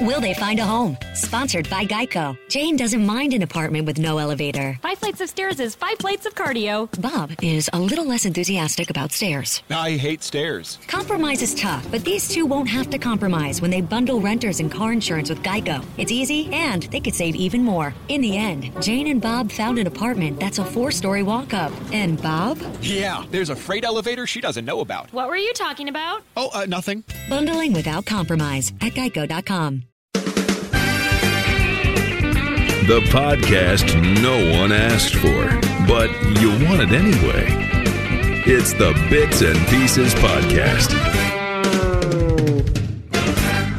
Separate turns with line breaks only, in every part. Will they find a home? Sponsored by Geico. Jane doesn't mind an apartment with no elevator.
Five flights of stairs is five flights of cardio.
Bob is a little less enthusiastic about stairs.
I hate stairs.
Compromise is tough, but these two won't have to compromise when they bundle renters and car insurance with Geico. It's easy, and they could save even more. In the end, Jane and Bob found an apartment that's a four story walk up. And Bob?
Yeah, there's a freight elevator she doesn't know about.
What were you talking about?
Oh, uh, nothing.
Bundling without compromise at geico.com.
The podcast no one asked for, but you want it anyway. It's the Bits and Pieces Podcast.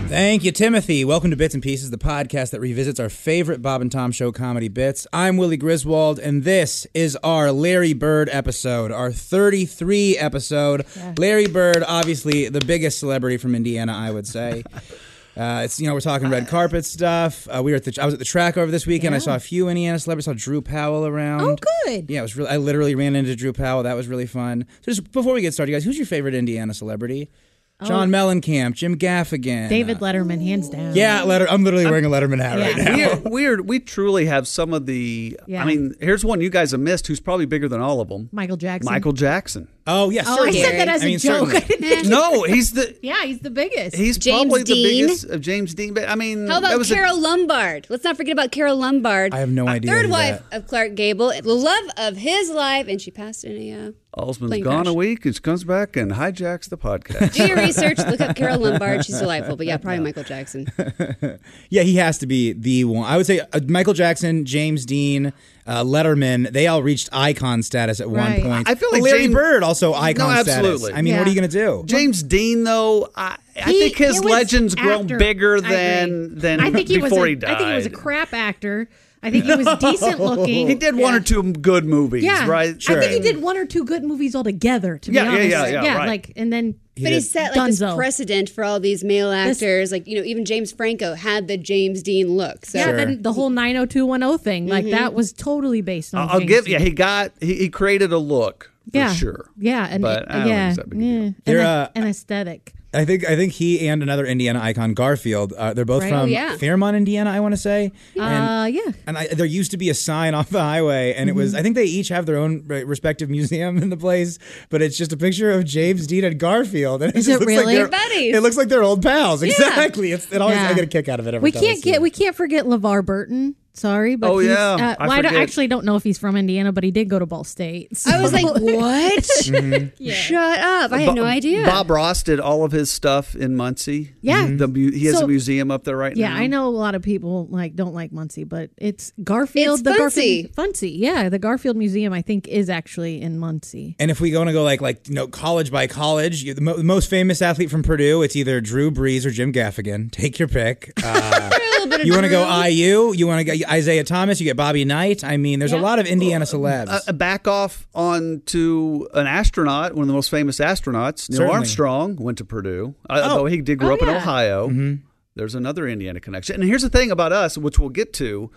Thank you, Timothy. Welcome to Bits and Pieces, the podcast that revisits our favorite Bob and Tom show comedy bits. I'm Willie Griswold, and this is our Larry Bird episode, our 33 episode. Larry Bird, obviously the biggest celebrity from Indiana, I would say. Uh, it's you know we're talking red carpet stuff. Uh, we were at the I was at the track over this weekend. I saw a few Indiana celebrities. I saw Drew Powell around.
Oh, good.
Yeah, it was really. I literally ran into Drew Powell. That was really fun. So just before we get started, guys, who's your favorite Indiana celebrity?
Oh.
John Mellencamp, Jim Gaffigan,
uh,
David Letterman, hands down.
Yeah, letter. I'm literally wearing a Letterman hat right now.
weird, weird. We truly have some of the.
Yeah.
I mean, here's one you guys have missed, who's probably bigger than all of them.
Michael Jackson.
Michael Jackson.
Oh yes,
Oh, I said that as a joke. I didn't think-
No, he's the.
yeah, he's the biggest.
He's
James
probably the
Dean.
biggest of James Dean. But I mean,
How
that
about
was a-
Carol Lombard? Let's not forget about Carol Lombard.
I have no idea
Third
who
wife
that-
of Clark Gable, the love of his life, and she passed in a. Uh,
Osmond's
plane
gone
crash.
a week. and She comes back and hijacks the podcast.
do your research. Look up Carol Lombard. She's delightful. But yeah, probably Michael Jackson.
Yeah, he has to be the one. I would say uh, Michael Jackson, James Dean, uh, Letterman. They all reached icon status at
Right.
one point.
I feel like
Larry
James-
Bird also icon
absolutely.
status. I mean, what are
Yeah.
you going to do?
James Dean, though, I, I
He-
think his
it was
legends grown
after-
bigger
I agree.
than than
I think he
before
was a,
he died.
I think he was a crap actor. I think he was decent looking.
He did one or two good movies,
Yeah,
right?
I think he did one or two good movies altogether. To
Yeah,
be
yeah,
honest,
yeah, yeah, right.
like and then
but he set like this
Dunzo.
precedent for all these male actors. Like you know, even James Franco had the James Dean look. So Mm-hmm.
yeah, then the whole 90210 thing, like that was totally based on.
Mm-hmm. I'll, I'll
James
give
Dean.
yeah. He got he, he created a look for
yeah,
sure.
Yeah, and
But I don't think
yeah,
it's that big a deal.
yeah,
They're,
and,
uh,
an aesthetic.
I think I think he and another Indiana icon, Garfield. Uh, they're both
Right.
from
Oh, yeah.
Fairmont, Indiana. I want to say. And-
Uh, yeah,
And I, there used to be a sign off the highway, and it was,
Mm-hmm.
I think they each have their own re- respective museum in the place, but it's just a picture of James Dean and Garfield. And
Is
just
it
looks
really?
Like they're-
Buddies.
It looks like they're old pals. Exactly. It's, it always,
Yeah.
I get a kick out of it every
we
time. I
can't
see
get
it.
we can't forget LeVar Burton. Sorry, but
Oh,
he's,
yeah,
uh,
I
well, I don't,
forget.
actually don't know if he's from Indiana, but he did go to Ball State. so-
I was like, what? Shut up! I had no
Bo-
idea.
Mm-hmm. Bob Ross did all of his stuff in Muncie. Mm-hmm.
Yeah. Mhm.
the mu- he has
So-
a museum up there right
Yeah,
now.
I know a lot of people like don't like Muncie, but it's Garfield.
It's
the
Funcy.
Garfield Funcy, yeah, the Garfield Museum I think is actually in Muncie.
And if we going to go like like you know college by college, you, the, mo- the most famous athlete from Purdue, it's either Drew Brees or Jim Gaffigan. Take your pick. Uh, you want to go IU? You want to go Isaiah Thomas? You get Bobby Knight. I mean, there's a lot of Indiana celebs.
Uh, back off on to an astronaut, one of the most famous astronauts, Neil
Certainly.
Armstrong, went to Purdue. Uh, Although he did grow
Oh,
up in
yeah.
Ohio. There's another Indiana connection. And here's the thing about us, which we'll get to.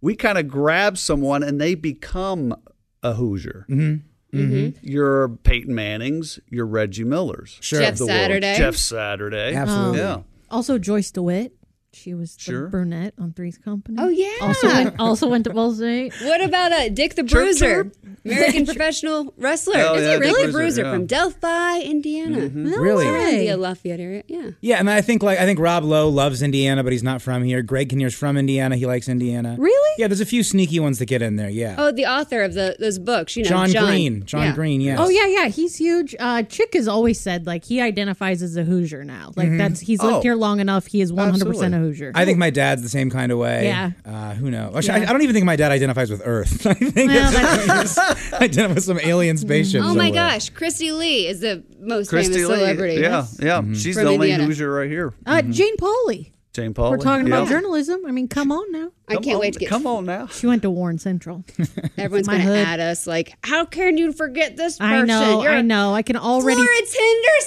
We kind of grab someone and they become a Hoosier. Mm-hmm. Mm-hmm. Your Peyton Mannings, your Reggie Millers.
sure.
Jeff
the world.
Saturday.
Jeff Saturday.
Absolutely.
Yeah.
Also, Joyce DeWitt, she was
Sure.
the brunette on Three's Company.
Oh, yeah.
also went, also went to Ball State.
What about uh, Dick the Bruiser, American professional wrestler?
Oh,
Is
yeah,
he
Dick
really?
Bruiser,
Bruiser
yeah.
from Delphi, Indiana.
No
Really?
way.
India, Lafayette area. Yeah.
Yeah, and I think like I think Rob Lowe loves Indiana, but he's not from here. Greg Kinnear's from Indiana. He likes Indiana.
Really?
Yeah, there's a few sneaky ones that get in there. Yeah.
Oh, the author of the those books, you know,
John,
John,
Green. John
Yeah.
Green. Yes.
Oh yeah, yeah, he's huge. Uh, Chick has always said like he identifies as a Hoosier now. Like that's he's lived
Oh.
here long enough. He is one hundred percent a
Absolutely.
Hoosier.
I think my dad's the same kind of way.
Yeah.
Uh, who knows? Actually, I, I don't even think my dad identifies with Earth. I think
Well,
it's identifies with some alien spaceship.
Oh my
somewhere.
gosh, Christy Lee is the most
Christy
famous
Lee.
celebrity.
Yeah, Mm-hmm. yeah.
Mm-hmm.
She's
From
the only
Indiana.
Hoosier right here.
uh, Jane Pauley.
Jane Paul.
We're talking about
yeah.
journalism. I mean, come on now.
I can't
on,
wait to get
Come on now.
She went to Warren Central.
Everyone's
My
going to
hood.
add us. Like, how can you forget this person?
I know.
You're
I know. I can already.
Florence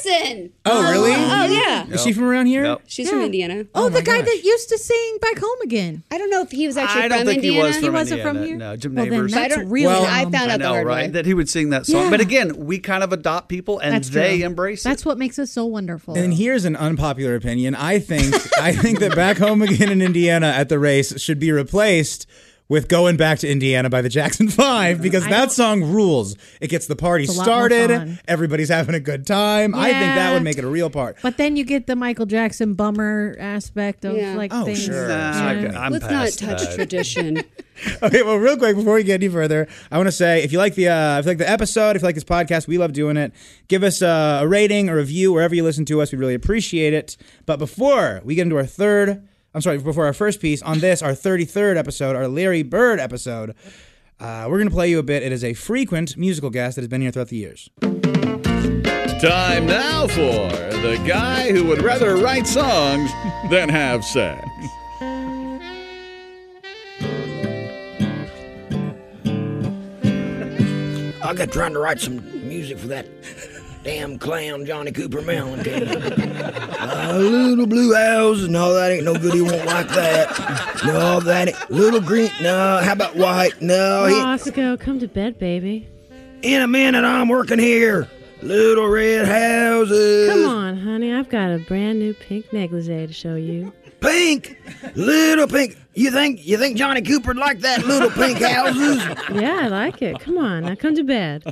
Henderson.
Oh, really?
Oh yeah,
Is she from around here?
Yep.
she's from Indiana.
Oh, the guy
gosh.
that used to sing "Back Home Again."
I don't know if he was actually
I don't
from
think
Indiana.
he was from
He wasn't
Indiana.
from here?
No, Jim
Well, then
Neighbors.
that's
I don't
really
really.
dumb.
I found out
I
the
know,
hard
right?
way.
That he would sing that song.
Yeah.
But again, we kind of adopt people and
That's
they
true.
embrace
That's
it.
what makes us so wonderful.
And here's an unpopular opinion. I think I think that back home again in Indiana at the race should be replaced with "Going Back to Indiana" by the Jackson Five because that song rules. It gets the party
It's a lot more
started.
fun.
Everybody's having a good time. I think that
Yeah.
would make it a real part.
but then you get the Michael Jackson bummer aspect of
Yeah.
like
Oh,
things.
sure.
Nah,
Yeah.
I, am
Let's not
past
touch
that.
tradition.
Okay, well, real quick before we get any further, I want to say if you like the uh, if you like the episode, if you like this podcast, we love doing it. Give us uh, a rating, a review wherever you listen to us. We really appreciate it. But before we get into our third, I'm sorry, before our first piece on this, our 33rd episode, our Larry Bird episode, uh, we're gonna play you a bit. It is a frequent musical guest that has been here throughout the years.
Time now for the guy who would rather write songs than have sex.
I got trying to write some music for that damn clown Johnny Cooper Mellon. uh, little blue houses, no, that ain't no good. He won't like that. No, that ain't. Little green, no. How about white? No, Oh, he,
Roscoe, come to bed, baby.
in a minute I'm working here. Little red houses.
Come on, honey. I've got a brand new pink negligee to show you.
Pink, little pink. You think you think Johnny Cooper'd like that? Little pink houses.
Yeah, I like it. Come on, now come to bed.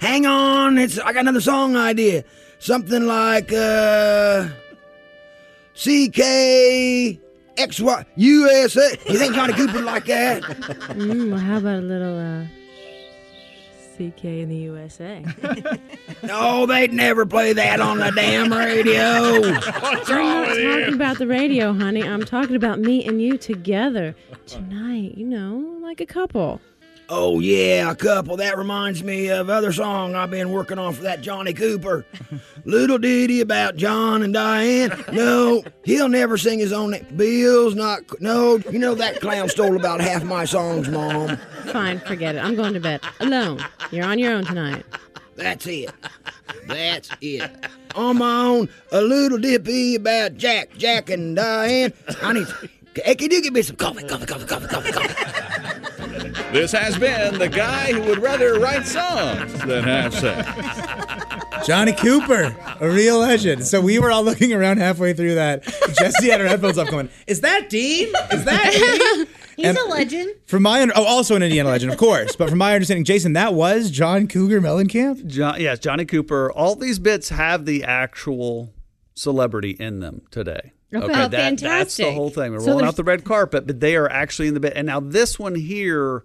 Hang on, it's I got another song idea. Something like uh CK XY USA. You think Johnny Cooper would like that?
Mm, well, how about a little uh, CK in the USA?
No, they'd never play that on the damn radio.
I'm not talking about the radio, honey. I'm talking about me and you together tonight. You know, like a couple.
Oh yeah, a couple. That reminds me of other song I've been working on for that Johnny Cooper. Little ditty about John and Diane. No, he'll never sing his own name. Bill's not. No, you know that clown stole about half my songs, Mom.
Fine, forget it. I'm going to bed alone. You're on your own tonight.
That's it. That's it. On my own, a little dippy about Jack, Jack and Diane. I need. Hey, can you give me some coffee, coffee, coffee, coffee, coffee, coffee?
This has been the guy who would rather write songs than have sex.
Johnny Cooper, a real legend. So we were all looking around halfway through that. Jesse had her headphones up, going, "Is that Dean? Is that Dean?"
He's
And-
a legend.
From my under- oh, also an Indiana legend, of course. But from my understanding, Jason, that was John Cougar Mellencamp.
John, yes, Johnny Cooper. All these bits have the actual celebrity in them today. Okay,
Oh,
that's the
fantastic.
whole thing. They're
So
rolling
there's-
out the red carpet, but they are actually in the bit. And now this one here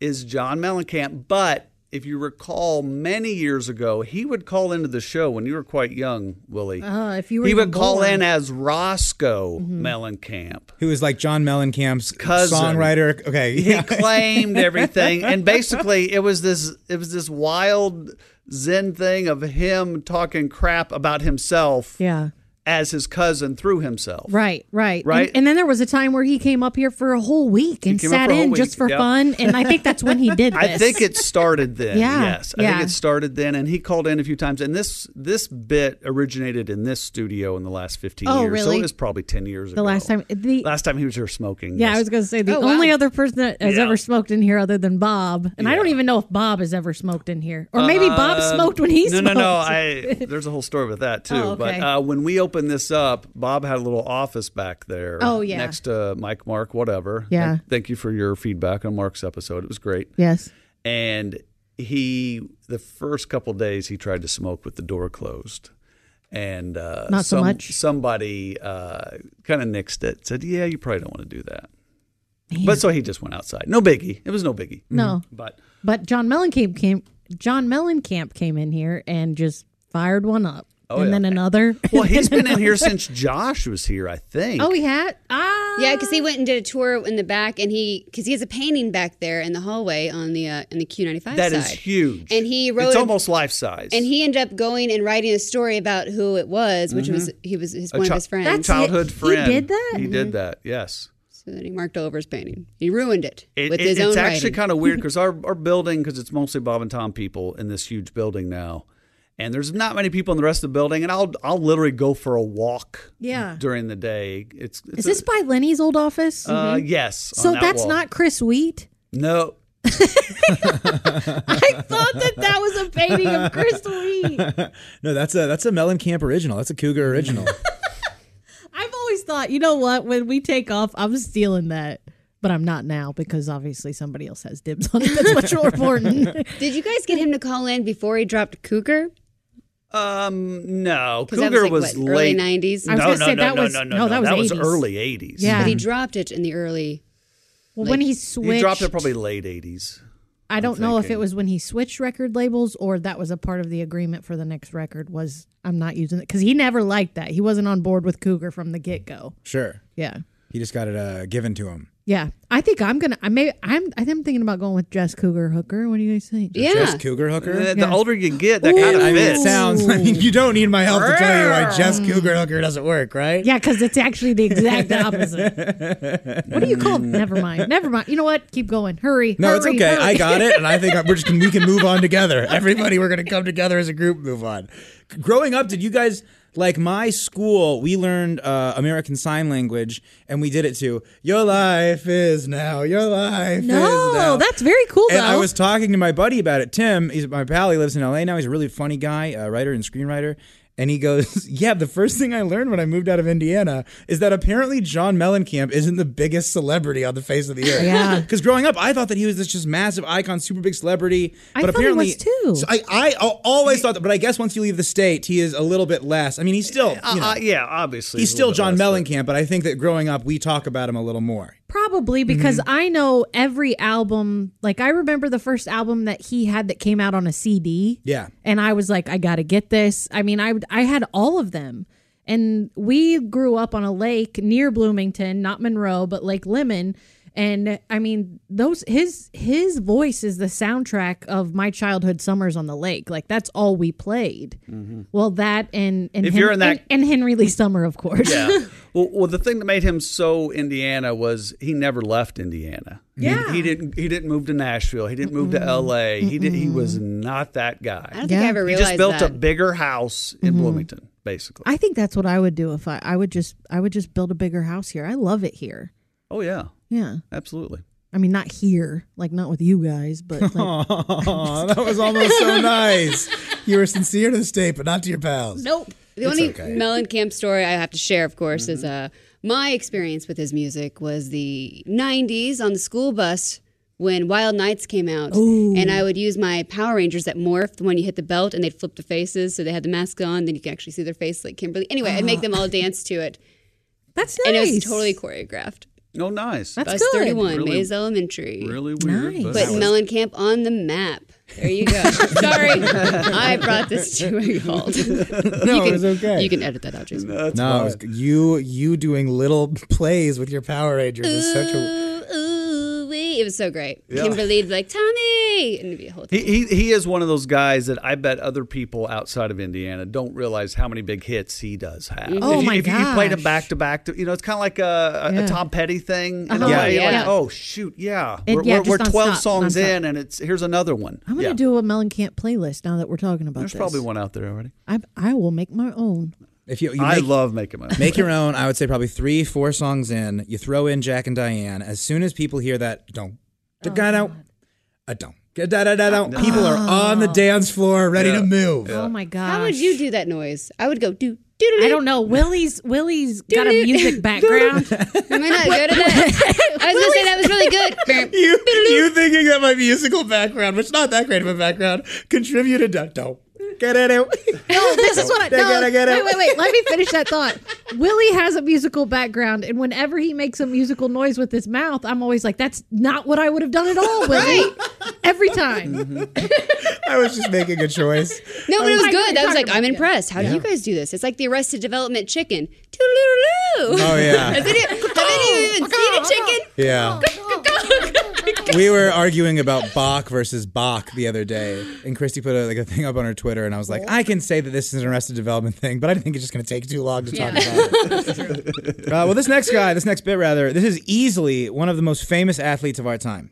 is John Mellencamp. But if you recall, many years ago, he would call into the show when you were quite young, Willie.
Uh, if you were
he
even
would call
born. Mm-hmm.
in as Roscoe Mellencamp.
Who is like John Mellencamp's
Cousin.
songwriter? Okay,
he
yeah.
claimed everything and basically it was this it was this wild zen thing of him talking crap about himself
Yeah.
as his cousin through himself
Right, right,
Right?
And, and then there was a time where he came up here for a whole week and
came up
sat
for a whole
in just
week,
for
yep.
fun. And I think that's when he did this.
I think it started then.
Yeah,
Yes, I
yeah.
think it started then, and he called in a few times. And this this bit originated in this studio in the last fifteen
Oh,
years. So
really?
it was probably ten years
the
ago.
last time. The,
last time he was here smoking.
yeah,
yes.
I was going to say the
Oh, wow.
only other person that has
Yeah.
ever smoked in here other than Bob, and I don't even know if Bob has ever smoked in here, or maybe Bob
Um,
smoked when he
no,
smoked.
No, no, I there's a whole story with that too.
Oh,
But
okay.
uh, when we opened this up, Bob had a little office back there.
Oh, yeah.
next to Mike, Mark, whatever.
Yeah.
Thank, thank you for your feedback on Mark's episode. It was great.
yes.
And he, the first couple days, he tried to smoke with the door closed. And uh,
Not so much.
Somebody uh, kind of nixed it. Said, "Yeah, you probably don't want to do that." But so he just went outside. No biggie. It was no biggie.
No,
But
but John Mellencamp came. John Mellencamp came in here and just fired one up, and
Oh, yeah.
then another.
well,
and
he's
then
been in here
another.
since Josh was here, I think.
Oh, he had. Ah,
Yeah, because he went and did a tour in the back, and he because he has a painting back there in the hallway on the uh, in the Q ninety five
That
side.
is huge.
And he wrote
It's
a-
almost life size.
And he ended up going and writing a story about who it was, which was he was his, one
Mm-hmm. chi-
of his friends.
That's-
childhood
it. He
friend.
did that? Mm-hmm.
He did that. Yes.
so then he marked over his painting. He ruined it, with his own
it's actually
writing.
kind of weird because our, our building, because it's mostly Bob and Tom people in this huge building now, and there's not many people in the rest of the building. And I'll I'll literally go for a walk
Uh.
Yeah.
during the day. It's, it's
Is
a-
this by Lenny's old office? Mm-hmm.
Uh, yes, on
So
that
that's
wall.
not Chris Wheat.
no.
Thought that that was a painting of Chris Wheat.
no, that's a that's a Mellencamp original. That's a Cougar original.
I've always thought, you know what? When we take off, I'm stealing that, but I'm not now because obviously somebody else has dibs on it. That's much more important.
Did you guys get him to call in before he dropped Cougar?
Um, no.
'Cause
Cougar
that was, like, what, early
late
90s?
No,
I was
no,
gonna say
no,
that
no,
was-
no, no,
no,
no.
that was
That was
80s.
early 80s.
But he dropped it in the early.
Well, Mm-hmm. when
like-
he
He
switched,
dropped it probably late 80s.
I don't know if it
thinking.
was when he switched record labels or that was a part of the agreement for the next record. Was I'm not using it because he never liked that. He wasn't on board with Cougar from the get go.
sure.
Yeah.
He just got it uh, given to him.
Yeah, I think I'm gonna. I may. I'm. I'm thinking about going with Jess Cougar Hooker. What do you guys think?
Jess Cougar Hooker.
Uh, The older you get, that kind of
I mean, it
fits.
sounds like you don't need my help to tell you why Jess Cougar Hooker doesn't work, right?
Yeah, because it's actually the exact opposite. What do you call? Never mind. Never mind. You know what? Keep going. Hurry.
No, it's
hurry,
okay.
hurry.
I got it, and I think we're just we can move on together. Everybody, we're gonna come together as a group. Move on. Growing up, did you guys like my school? We learned uh, American Sign Language, and we did it to "Your life is now." Your life is now.
no, that's very cool though.
And I was talking to my buddy about it. Tim, he's my pal. He lives in LA now. He's a really funny guy, a writer and screenwriter. And he goes, Yeah, the first thing I learned when I moved out of Indiana is that apparently John Mellencamp isn't the biggest celebrity on the face of the earth.
Yeah.
Because growing up, I thought that he was this just massive icon, super big celebrity.
I
but
thought he
apparently,
was too.
So I, I al- always thought that, but I guess once you leave the state, he is a little bit less. I mean, he's still,
Uh,
you know,
uh, yeah, obviously.
he's
a
still
little
John
bit less, but-
Mellencamp, but I think that growing up, we talk about him a little more. Mhm.
Probably because I know every album. Like I remember the first album that he had that came out on a CD.
Yeah.
and I was like, I gotta get this. I mean, I would- I had all of them, and we grew up on a lake near Bloomington, not Monroe, but Lake Lemon. And I mean, those his his voice is the soundtrack of my childhood summers on the lake. Like that's all we played.
Mm-hmm.
Well, that and and,
If you're in that-
and, and Henry Lee Summer, of course.
yeah. Well, well, the thing that made him so Indiana was he never left Indiana.
Yeah.
He, he didn't. He didn't move to Nashville. He didn't move to L.A. He did. He was not that
I
guy.
don't think I ever
He
realized
just built
that.
a bigger house in Bloomington, basically.
Mm-hmm. I think that's what I would do if I I would just I would just build a bigger house here. I love it here.
oh yeah,
Yeah.
absolutely.
I mean, not here, like not with you guys, but like,
Oh, that was almost so nice. You were sincere to the state, but not to your pals.
nope.
The only
okay.
Mellencamp story I have to share, of course, is
Mm-hmm.
uh, my experience with his music was the 90s on the school bus when Wild Nights came out. And I would use my Power Rangers that morphed when you hit the belt and they'd flip the faces so they had the mask on, then you could actually see their face like Kimberly. Anyway, I'd make them all dance to it.
That's
And it
nice.
was totally choreographed.
Oh, nice.
That's
Bus
good.
31,
Really-
Mays Elementary.
really weird.
Nice.
But,
Put Mellencamp on the map. There you go. Sorry, I brought this to a halt.
No,
you can,
it's okay.
You can edit that out, Jason.
no, it was, you you doing little plays with your Power Rangers is such a.
Uh,
ooh, ooh, wee. It was so great. Kimberly'd be like, Tommy! And it'd be a whole
He,
thing.
he, he is one of those guys that I bet other people outside of Indiana don't realize how many big hits he does have.
Oh,
if you,
my
if you played him
gosh.
back to back, to you know, it's kind of like a, a,
Yeah.
a Tom Petty thing. In a
Uh-huh.
way.
Yeah,
Like,
yeah.
oh shoot, yeah,
It-
we're,
yeah,
we're, we're
just
twelve
nonstop,
songs
nonstop.
in, and it's here's another one.
I'm gonna
Yeah.
do a Mellencamp playlist now that we're talking about
There's
this.
probably one out there already.
I I will make my own.
If you, you
I
make,
love making my
make your own, I would say probably three, four songs in. You throw in Jack and Diane. As soon as people hear that, don't,
Oh,
don't, I don't. Da, da, da, da, da. People are on the dance floor ready to move.
Oh my god.
How would you do that noise? I would go, do, do, do.
I don't know. Willie's Willie's got a music background.
Am I not good at that? I was going to say that was really good. Bam.
You, you thinking that my musical background, which is not that great of a background, contributed to don't. Get it out.
Oh,
No, this is what I
They
no,
gotta get
wait,
it.
wait, wait. Let me finish that thought. Willie has a musical background, and whenever he makes a musical noise with his mouth, I'm always like, "That's not what I would have done at all, Willie." Every time.
I was just making a choice.
No, but it was
I know what Oh you're
good. I was like,
talking
I'm
about, yeah.
impressed. How do you guys do this? It's like the Arrested Development chicken. Oh,
yeah.
Oh.
Have any of you even seen a chicken?
Yeah. we were arguing about Bach versus Bach the other day, and Christy put a, like a thing up on her Twitter, and I was like, I can say that this is an Arrested Development thing, but I think it's just going to take too long to talk about it. Uh, well, this next guy, this next bit rather, this is easily one of the most famous athletes of our time.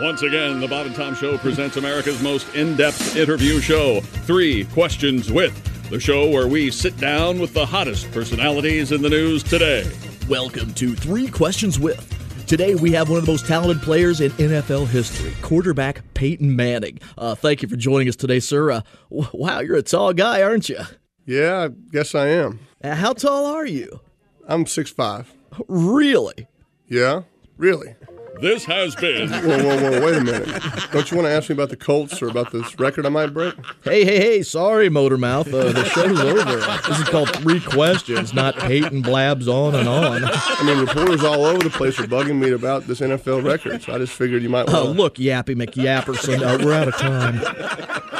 Once again, the Bob and Tom Show presents America's most in depth interview show Three Questions With, the show where we sit down with the hottest personalities in the news today.
Welcome to Three Questions With. Today, we have one of the most talented players in NFL history, quarterback Peyton Manning. Uh, thank you for joining us today, sir. Uh, w- wow, you're a tall guy, aren't you?
Yeah, I guess I am.
how tall are you?
I'm six five.
Really?
Yeah, really.
This has been.
Whoa, whoa, whoa! Wait a minute. Don't you want to ask me about the Colts or about this record I might break?
Hey, hey, hey, sorry, Motormouth. Uh, the show's over. This is called Three Questions, not Peyton Blabs on and on.
I mean, reporters all over the place are bugging me about this NFL record, so I just figured you might.
Oh,
wanna-
look, Yappy McYapperson, uh, we're out of time.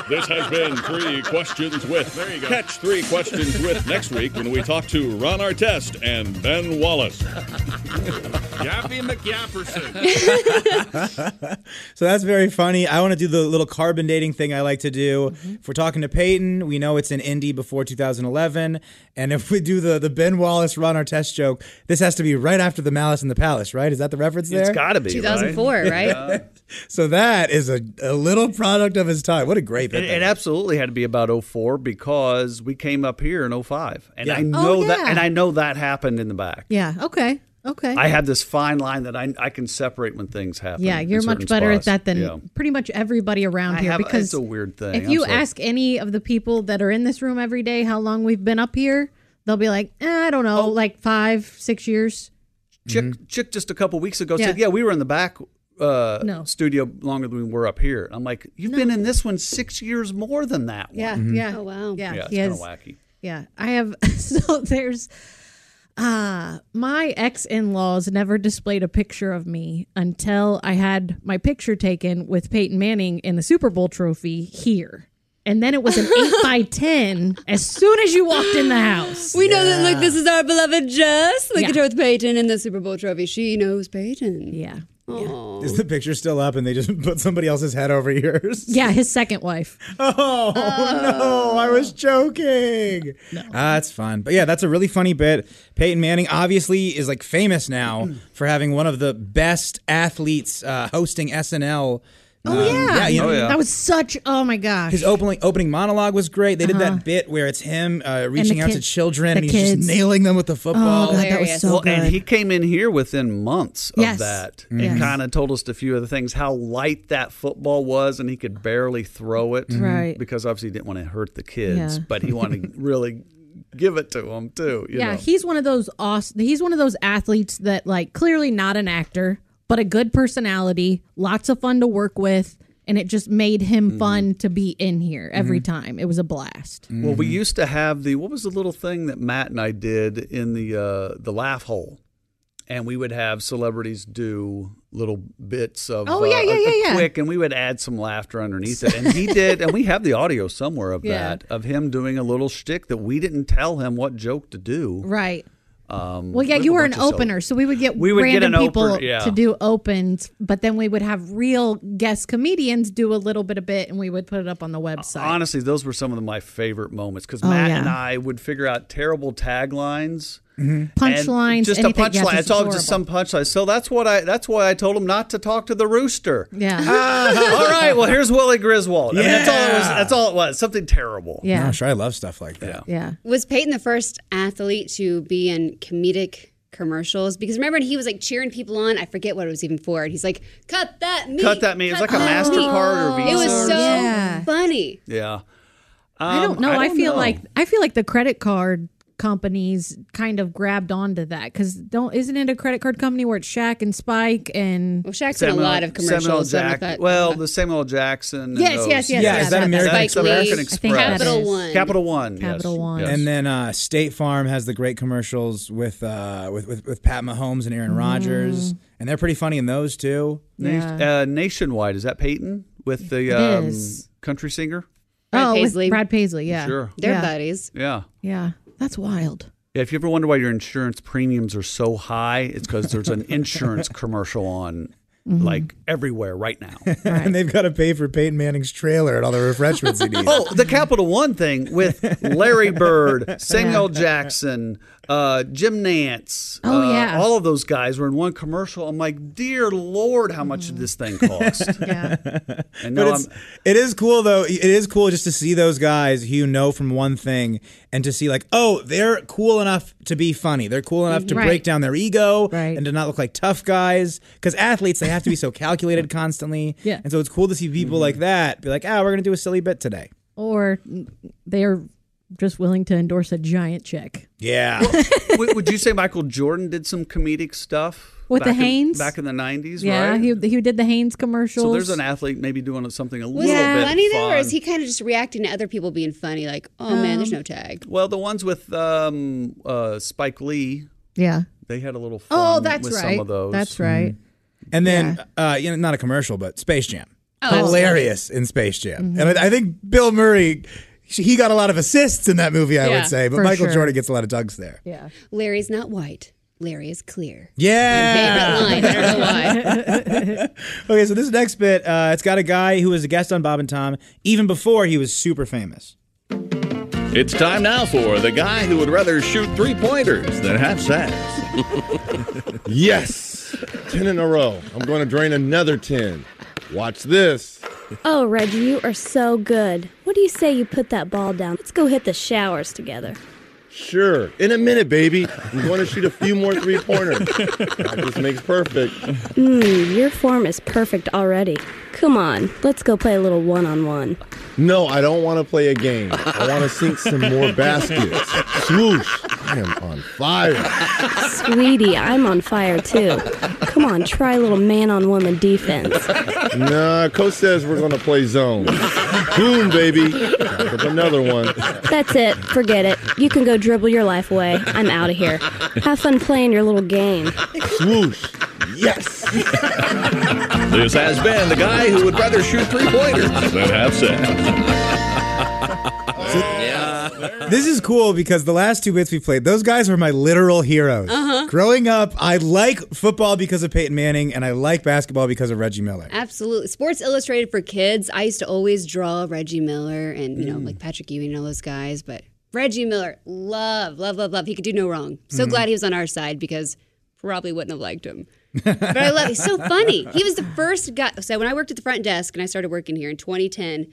This has been Three Questions With. There you go. Catch Three Questions With next week when we talk to Ron Artest and Ben Wallace.
Yappy McYapperson.
so that's very funny. I want to do the little carbon dating thing I like to do. If we're talking to Peyton, we know it's in Indy before 2011, and if we do the the Ben Wallace Ron Artest joke, this has to be right after the Malice in the Palace, right? Is that the reference there?
It's gotta be, 2004, right? right?
Yeah. so that is a, a little product of his time. What a great bit.
It, it absolutely had to be about 04 because we came up here in 05. And
Yeah.
I
Oh,
know that
yeah.
and I know that happened in the back.
Yeah. Okay. Okay.
I have this fine line that I, I can separate when things happen.
Yeah,
in
you're much
certain
better
spots.
at that than
Yeah.
pretty much everybody around
I
here
have-
because
it's a weird thing.
If
I'm
you
sorry.
ask any of the people that are in this room every day how long we've been up here, they'll be like, eh, I don't
Oh.
know, like five, six years.
Chick, Chick just a couple weeks ago said,
Yeah.
"Yeah, we were in the back uh,
No.
studio longer than we were up here." I'm like, "You've been in this one six years more than that one."
Yeah, yeah. Oh wow. Yeah,
Mm-hmm. yeah, it's
he
kind of
has-
wacky.
Yeah, I have. So there's, uh, my ex in laws never displayed a picture of me until I had my picture taken with Peyton Manning in the Super Bowl trophy here. And then it was an 8 by 10 as soon as you walked in the house.
We know that, look, this is our beloved Jess. Look
Yeah.
at her with Peyton in the Super Bowl trophy. She knows Peyton.
Yeah.
Oh.
Is the picture still up and they just put somebody else's head over yours?
Yeah, his second wife.
Oh, no, I was joking. Ah, that's fun. But yeah, that's a really funny bit. Peyton Manning obviously is like famous now for having one of the best athletes uh, hosting SNL.
Oh,
Um,
yeah.
you know,
That was such, oh my gosh.
his opening opening monologue was great. They did
Uh-huh.
that bit where it's him uh, reaching out to
kid-
children
the
and he's
kids. Oh,
just nailing them with the football.
God, that was so
well,
good.
and he came in here within months of
Yes.
that
Yes.
and kind of told us a few of the things how light that football was and he could barely throw it
Mm-hmm. Right.
because obviously he didn't want to hurt the kids
Yeah.
but he wanted to really give it to them too you
yeah,
know.
he's one of those awesome, he's one of those athletes that like clearly not an actor, but a good personality, lots of fun to work with, and it just made
Mm-hmm.
him fun to be in here every time. It was a blast.
Well, we used to have the what was the little thing that Matt and I did in the uh, the laugh hole, and we would have celebrities do little bits of
Oh, yeah,
uh,
yeah,
a- a
yeah, yeah.
quick, and we would add some laughter underneath it. And he did, and we have the audio somewhere of
Yeah.
that of him doing a little shtick that we didn't tell him what joke to do.
Right.
Um,
Well,
we
yeah,
have
you
a
were
bunch
an
of cele-
opener, so we would get
We would get
random
an
people
opener, yeah.
to do opens, but then we would have real guest comedians do a little bit of bit, and we would put it up on the website.
Honestly, those were some of my favorite moments because
Oh,
Matt
yeah.
and I would figure out terrible taglines.
Mm-hmm.
Punchlines,
And just a
anything.
punchline.
Yes, this
it's
was
all just some punchline. So that's what I. That's why I told him not to talk to the rooster. Ah,
Yeah.
all right. Well, here's Willie Griswold. I mean, that's all it was.
Yeah.
That's all it was. Something terrible.
Yeah.
Gosh, I love stuff like that.
Yeah.
Was Peyton the first athlete to be in comedic commercials? Because remember when he was like cheering people on? I forget what it was even for. And he's like, cut that meat.
Cut that meat. It was
cut
like a
that meat."
MasterCard or
It was
Visa or
so
something.
funny.
Yeah. Um,
I don't know. I, feel
know.
like I feel like the credit card companies kind of grabbed onto that because don't isn't it a credit card company where it's Shaq and Spike and
Well, Shaq's in a lot of
Samuel
commercials. so I don't know if
Jack-
that-
Well, the Samuel Jackson. and
Yes,
those.
yes, yes,
Yeah, yes, is that yes, American
That's
Spike Lee.
American
I
Express?
think that Capital is. One.
Capital One. yes.
Capital One.
Yes.
And then uh, State Farm has the great commercials with uh, with, with with Pat Mahomes and Aaron Rodgers, and they're pretty funny in those too.
Na- uh, nationwide is that Peyton with the um,
is.
country singer?
Brad
oh with
Paisley.
Brad Paisley yeah
Sure.
They're
yeah.
buddies.
Yeah.
yeah that's wild
Yeah, if you ever wonder why your insurance premiums are so high, it's because there's an insurance commercial on
Mhm.
like everywhere right now.
and they've got to pay for Peyton Manning's trailer and all the refreshments he needs.
Oh, the Capital One thing with Larry Bird, Samuel Jackson, uh, Jim Nance.
Oh,
uh,
yeah.
All of those guys were in one commercial. I'm like, dear Lord, how much did this thing
Mm-hmm.
cost?
yeah.
And
but
now
it's,
I'm,
it is cool though. It is cool just to see those guys who you know from one thing and to see like, oh, they're cool enough to be funny. They're cool enough to
Right.
break down their ego and to not look like tough guys. Because athletes, they have to be so calculated constantly.
Yeah.
And so it's cool to see
Mm-hmm.
people like that be like, ah, we're gonna do a silly bit today.
Or they're just willing to endorse a giant check.
Yeah.
would, would you say Michael Jordan did some comedic stuff?
With the
back in-
Hanes?
Back in the 90s,
Yeah,
right?
he, he did the Haynes commercials.
so there's an athlete maybe doing something a
Was
little
it
bit
funny though, or
fun.
is he kind of just reacting to other people being funny? Like, oh man, there's no tag.
Well, the ones with um, uh, Spike Lee.
Yeah.
They had a little fun
Oh, that's
with some
right.
of those.
That's right.
And then, uh, you know, not a commercial, but Space Jam.
Oh, Mm-hmm.
Hilarious in Space Jam.
Mhm.
And I, I think Bill Murray, he got a lot of assists in that movie, I
Yeah,
would say, but
for
Michael
sure.
Jordan gets a lot of tugs there.
Yeah.
Larry's not white. Larry is clear.
Yeah.
Favorite line. I don't know why.
okay, so this next bit, uh, it's got a guy who was a guest on Bob and Tom even before he was super famous.
It's time now for the guy who would rather shoot three pointers than have sex.
yes. 10 in a row. I'm going to drain another 10. Watch this.
Oh, Reggie, you are so good. What do you say you put that ball down? Let's go hit the showers together.
Sure. In a minute, baby. I'm going to shoot a few more three pointers. Practice makes perfect.
Mmm, your form is perfect already. Come on, let's go play a little one on one.
No, I don't want to play a game. I want to sink some more baskets. Swoosh. I am on fire.
Sweetie, I'm on fire too. Come on, try a little man on woman defense.
Nah, coach says we're going to play zone. Boom, baby. Back up another one.
That's it, forget it. You can go dribble your life away. I'm out of here. Have fun playing your little game.
Swoosh. Yes.
This has been the guy who would rather shoot three pointers than have sex.
This is cool because the last two bits we played, those guys were my literal heroes.
Uh-huh.
Growing up, I like football because of Peyton Manning and I like basketball because of Reggie Miller.
Absolutely. Sports Illustrated for kids. I used to always draw Reggie Miller and, you know, like Patrick Ewing and all those guys. But Reggie Miller, love, love, love, love. He could do no wrong. So
Mhm.
glad he was on our side because probably wouldn't have liked him. but I love He's so funny. He was the first guy. So when I worked at the front desk and I started working here in 2010,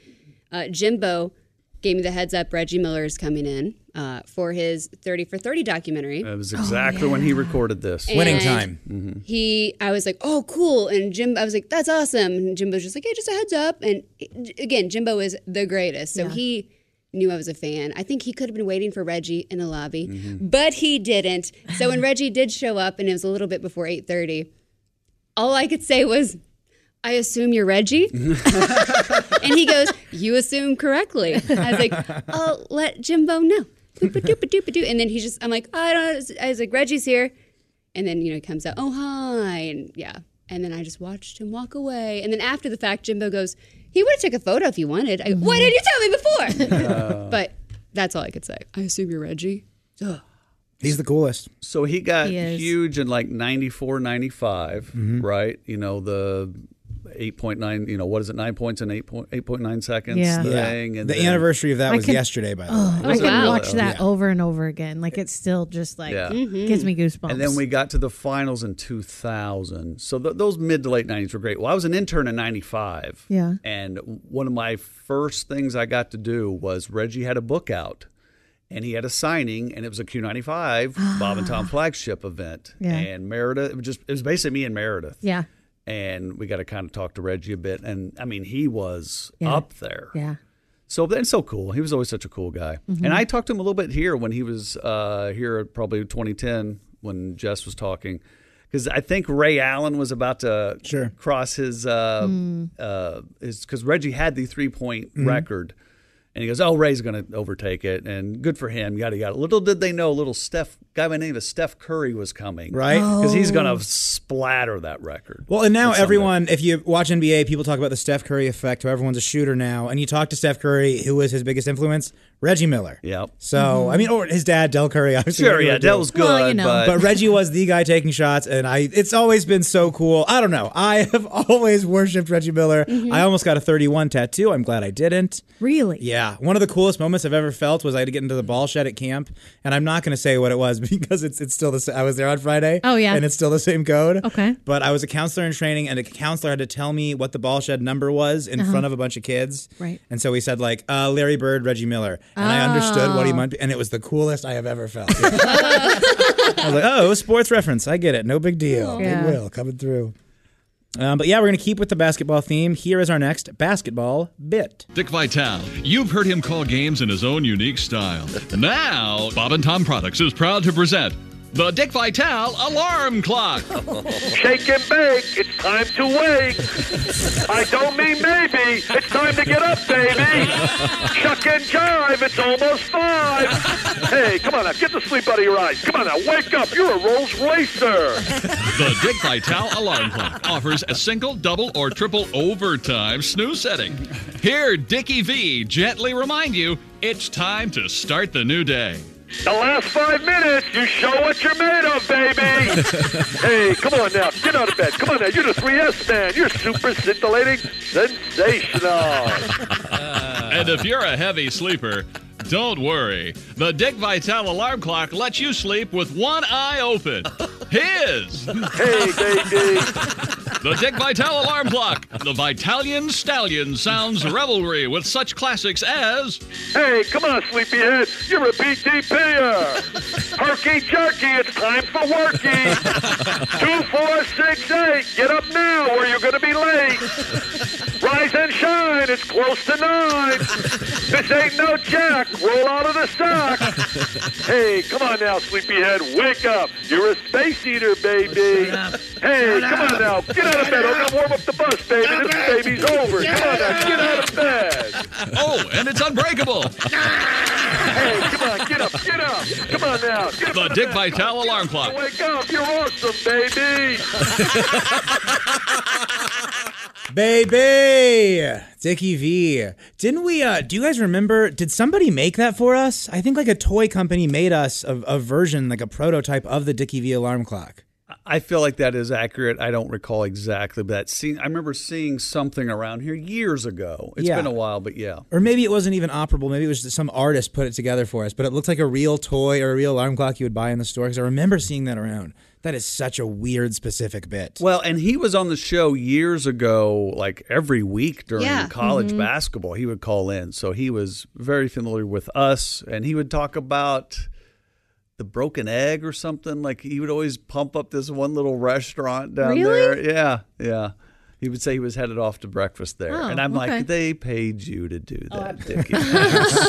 uh, Jimbo gave me the heads up Reggie Miller is coming in uh, for his 30 for 30 documentary.
That
Oh,
was exactly when he recorded this. Mm-hmm.
Winning And- time. he i was like oh cool and jim i was like that's awesome and jimbo's just like hey just a heads up and j- again jimbo is the greatest so
Yeah.
he knew i was a fan i think he could have been waiting for reggie in the lobby but he didn't so when reggie did show up and it was a little bit before 8.30 all i could say was i assume you're reggie and he goes you assume correctly i was like i'll let jimbo know Doopa doopa doopa doo. and then he's just i'm like i don't i was like reggie's here and then, you know, he comes out, oh, hi. And yeah. And then I just watched him walk away. And then after the fact, Jimbo goes, he would have took a photo if he wanted. I go,
Mm-hmm.
why didn't you tell me before?
Uh,
but that's all I could say. I assume you're Reggie. Ugh.
He's the coolest.
So he got
He is.
huge in like 94, 95,
Mhm.
right? You know, the 8.9, you know, what is it, nine points in 8 point, 8.9 seconds
Yeah. Yeah.
thing. And
the
then-
anniversary of that
I
was
could-
yesterday, by the way.
Oh, I
Was it
can
really?
watch that
Yeah.
over and over again. Like it's still just like
Mm-hmm.
gives me goosebumps.
And then we got to the finals in 2000. So th- those mid to late 90s were great. Well, I was an intern in 95.
Yeah.
And one of my first things I got to do was Reggie had a book out and he had a signing and it was a Q95 Bob and Tom flagship event.
Yeah.
And Meredith, it was just, it was basically me and Meredith.
yeah.
And we got to kind of talk to Reggie a bit. And I mean, he was
Yeah.
up there.
Yeah.
So that's so cool. He was always such a cool guy.
Mhm.
And I talked to him a little bit here when he was uh, here, at probably 2010, when Jess was talking, because I think Ray Allen was about to cross his uh,
Mm.
uh, his because Reggie had the three point
Mhm.
record, And he goes, "Oh, Ray's going to overtake it, and good for him." Yada yada. Little did they know, little Steph guy by the name of Steph Curry was coming,
Right.
Because he's going
Oh.
to splatter that record.
Well, and now
That's something.
everyone, if you watch NBA, people talk about the Steph Curry effect, where everyone's a shooter now. And you talk to Steph Curry, who was his biggest influence? Reggie Miller.
Yep.
So, I mean, or his dad, Del Curry, obviously.
Sure,
Reggie
yeah,
Miller,
Del's
too.
Mm-hmm. Well, you good, know. but-
Reggie was the guy taking shots, and I. It's always been so cool. I don't know. I have always worshipped Reggie Miller.
Mhm.
I almost got a 31 tattoo. I'm glad I didn't.
Really?
Yeah, one of the coolest moments I've ever felt was I had to get into the ball shed at camp, and I'm not going to say what it was because it's it's still the same. I was there on Friday.
Oh, yeah.
and it's still the same code.
Okay.
But I was a counselor in training, and a counselor had to tell me what the ball shed number was in
Uh-huh.
front of a bunch of kids.
Right.
And so he said like uh, Larry Bird, Reggie Miller, and I understood what he meant, and it was the coolest I have ever felt. I was like, oh, it was sports reference. I get it. No big deal. Big
Yeah.
will coming through. Um, but yeah, we're gonna keep with the basketball theme. Here is our next basketball bit.
Dick Vitale. You've heard him call games in his own unique style. Now, Bob and Tom Products is proud to present the Dick Vitale Alarm Clock.
Shake and bake, it's time to wake. I don't mean maybe, it's time to get up, baby. Chuck and jive, it's almost five. Hey, come on now, get the sleep out of your eyes. Come on now, wake up, you're a Rolls Racer.
The Dick Vitale Alarm Clock offers a single, double, or triple overtime snooze setting. Here, Dickie V gently remind you it's time to start the new day.
The last five minutes, you show what you're made of, baby. hey, come on now, get out of bed. Come on now, you're the 3S man. You're super scintillating, sensational.
and if you're a heavy sleeper, don't worry. The Dick Vitale alarm clock lets you sleep with one eye open. His.
Hey, baby.
The Dick Vitale alarm clock. The Vitalian Stallion sounds revelry with such classics as.
Hey, come on, sleepyhead. You're a BTPer. Herky jerky, it's time for worky. Two, four, six, eight. Get up now or you're going to be late. Rise and shine, it's close to nine. This ain't no jack. Roll out of the sock. Hey, come on now, sleepyhead. Wake up. You're a space eater, baby. Hey, come on now. Get out of bed. I'm going to warm up the bus, baby. This baby's over. Come on now. Get out of bed.
Oh, and it's unbreakable.
Hey, come on, get up, get up. Come on now. Get
The Dick Vitale alarm clock.
up, wake up. You're awesome, baby.
Baby, Dickie V. Didn't we? Uh, do you guys remember? Did somebody make that for us? I think like a toy company made us a, a version, like a prototype of the Dickie V alarm clock.
I feel like that is accurate. I don't recall exactly, but that scene, I remember seeing something around here years ago. It's
Yeah.
been a while, but yeah.
Or maybe it wasn't even operable. Maybe it was just some artist put it together for us. But it looked like a real toy or a real alarm clock you would buy in the store. Because I remember seeing that around. That is such a weird specific bit.
Well, and he was on the show years ago, like every week during
Yeah.
college
Mhm.
basketball, he would call in. So he was very familiar with us, and he would talk about the broken egg or something. Like he would always pump up this one little restaurant down
Really?
there. Yeah, yeah. He would say he was headed off to breakfast there,
Oh,
and I'm
okay. Oh,
like, they paid you to do that, Dickie.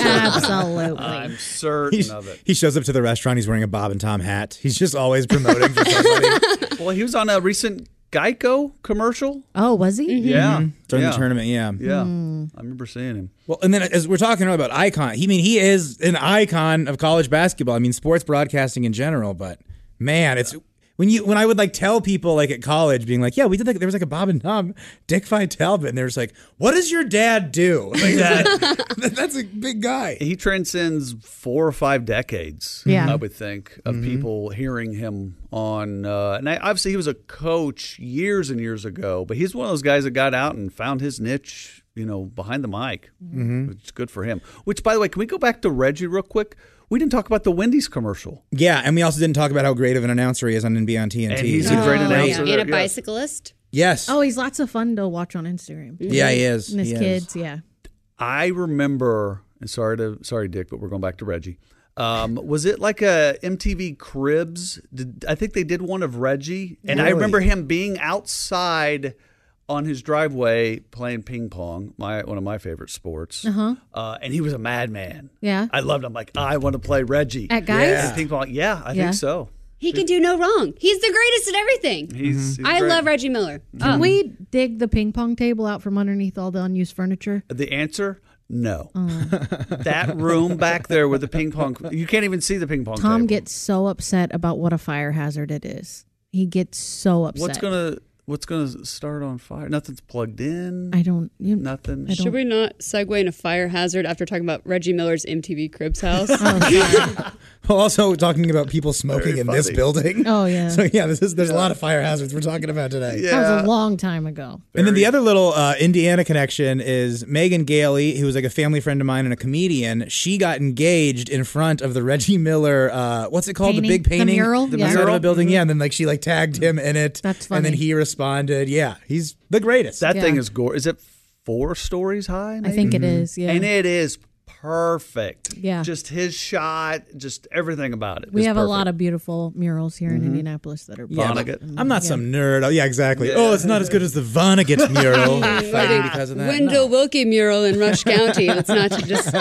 Absolutely.
I'm
He's-
certain of it.
He shows up to the restaurant. He's wearing a Bob and Tom hat. He's just always promoting. for something.
Well, he was on a recent Geico commercial.
Oh, was he? Hmm.
Yeah,
Mm-hmm. during
Yeah.
the tournament. Yeah,
Yeah, I remember seeing him.
Well, and then as we're talking about icon, he I mean he is an icon of college basketball. I mean sports broadcasting in general, but man, it's when you when I would like tell people like at college, being like, yeah, we did like there was like a Bob and Tom Dick Vitale, bit," and they're just like, what does your dad do? Like, that- that's a big guy.
He transcends four or five decades.
Yeah.
I would think
Mm-hmm.
of people hearing him on. Uh, and I, obviously, he was a coach years and years ago, but he's one of those guys that got out and found his niche. You know, behind the mic,
Mhm.
which is good for him. Which, by the way, can we go back to Reggie real quick? We didn't talk about the Wendy's commercial.
yeah, and we also didn't talk about how great of an announcer he is on NBA on TNT.
And he's a great Oh, announcer
And a bicyclist.
Yes.
Oh, he's lots of fun to watch on Instagram.
Yeah, he
Mm-hmm.
is.
And his
He is.
kids, yeah.
I remember, and sorry to sorry Dick, but we're going back to Reggie. Um, was it like a MTV Cribs? Did, I think they did one of Reggie, and I
Really?
remember him being outside on his driveway playing ping pong, my one of my favorite sports.
Uh-huh.
Uh, and he was a madman.
Yeah.
I loved him. Like I want to play Reggie
At Guy's?
Yeah. Ping pong. Yeah, I
Yeah.
think so.
He can do no wrong. He's the greatest at everything.
He's, he's
I
great.
love Reggie Miller. Oh.
Can we dig the ping pong table out from underneath all the unused furniture?
The answer? No.
Mm.
that room back there with the ping pong, you can't even see the ping pong
Tom
table.
gets so upset about what a fire hazard it is. He gets so upset.
What's gonna What's gonna start on fire? Nothing's plugged in.
I don't. You,
Nothing.
Should we not segue into fire hazard after talking about Reggie Miller's MTV Cribs house?
Oh,
Also talking about people smoking in this
funny.
building.
Oh, yeah.
So yeah, this is there's a lot of fire hazards we're talking about today.
That was a long time ago.
And then the other little uh, Indiana connection is Megan Gailey, who was like a family friend of mine and a comedian. She got engaged in front of the Reggie Miller, uh, what's it called,
Painting.
the big
The
painting,
mural,
the
yeah.
outside of
mural.
the
Mm-hmm.
building. Yeah, and then like she like tagged him in it. That's And then
funny.
he responded. Yeah, he's the greatest.
That
Yeah.
thing is gore. Is it four stories high? Maybe?
think it Mhm. is, yeah.
And it is perfect.
Yeah.
Just his shot, just everything about it.
We
is
have
perfect.
a lot of beautiful murals here in
Mm-hmm.
Indianapolis that are.
Yeah,
beautiful.
but I'm not some nerd. Oh, yeah, exactly. Oh, it's not as good as the Vonnegut mural. Fighting because of that.
Wendell Wilkie mural in Rush County. Let's not to just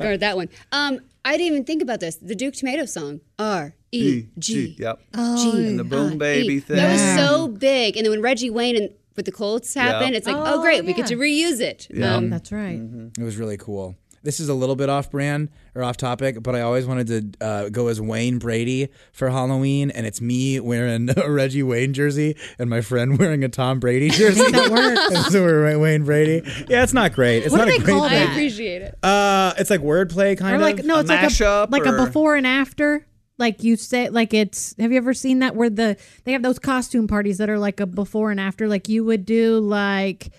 or that one. Um, I didn't even think about this. The Duke Tomato song. R E G.
Yep.
Oh,
and the
E.
boom baby thing.
That was so big. And then when Reggie Wayne and with the Colts happened,
Yeah.
it's like,
Oh,
oh, great, we
yeah. Mm,
get to reuse it.
Yeah.
Um,
That's right.
Mm-hmm. It was really cool. This is a little bit off brand or off topic, but I always wanted to uh, go as Wayne Brady for Halloween, and it's me wearing a Reggie Wayne jersey and my friend wearing a Tom Brady jersey.
that works.
And so we're Wayne Brady. Yeah, it's not great. It's
What do
not a
they
great
call
thing.
that?
appreciate it.
Uh, it's like wordplay, kind
or
of.
like no, it's like a like a before and after. Like you say, like it's. Have you ever seen that where the they have those costume parties that are like a before and after? Like you would do like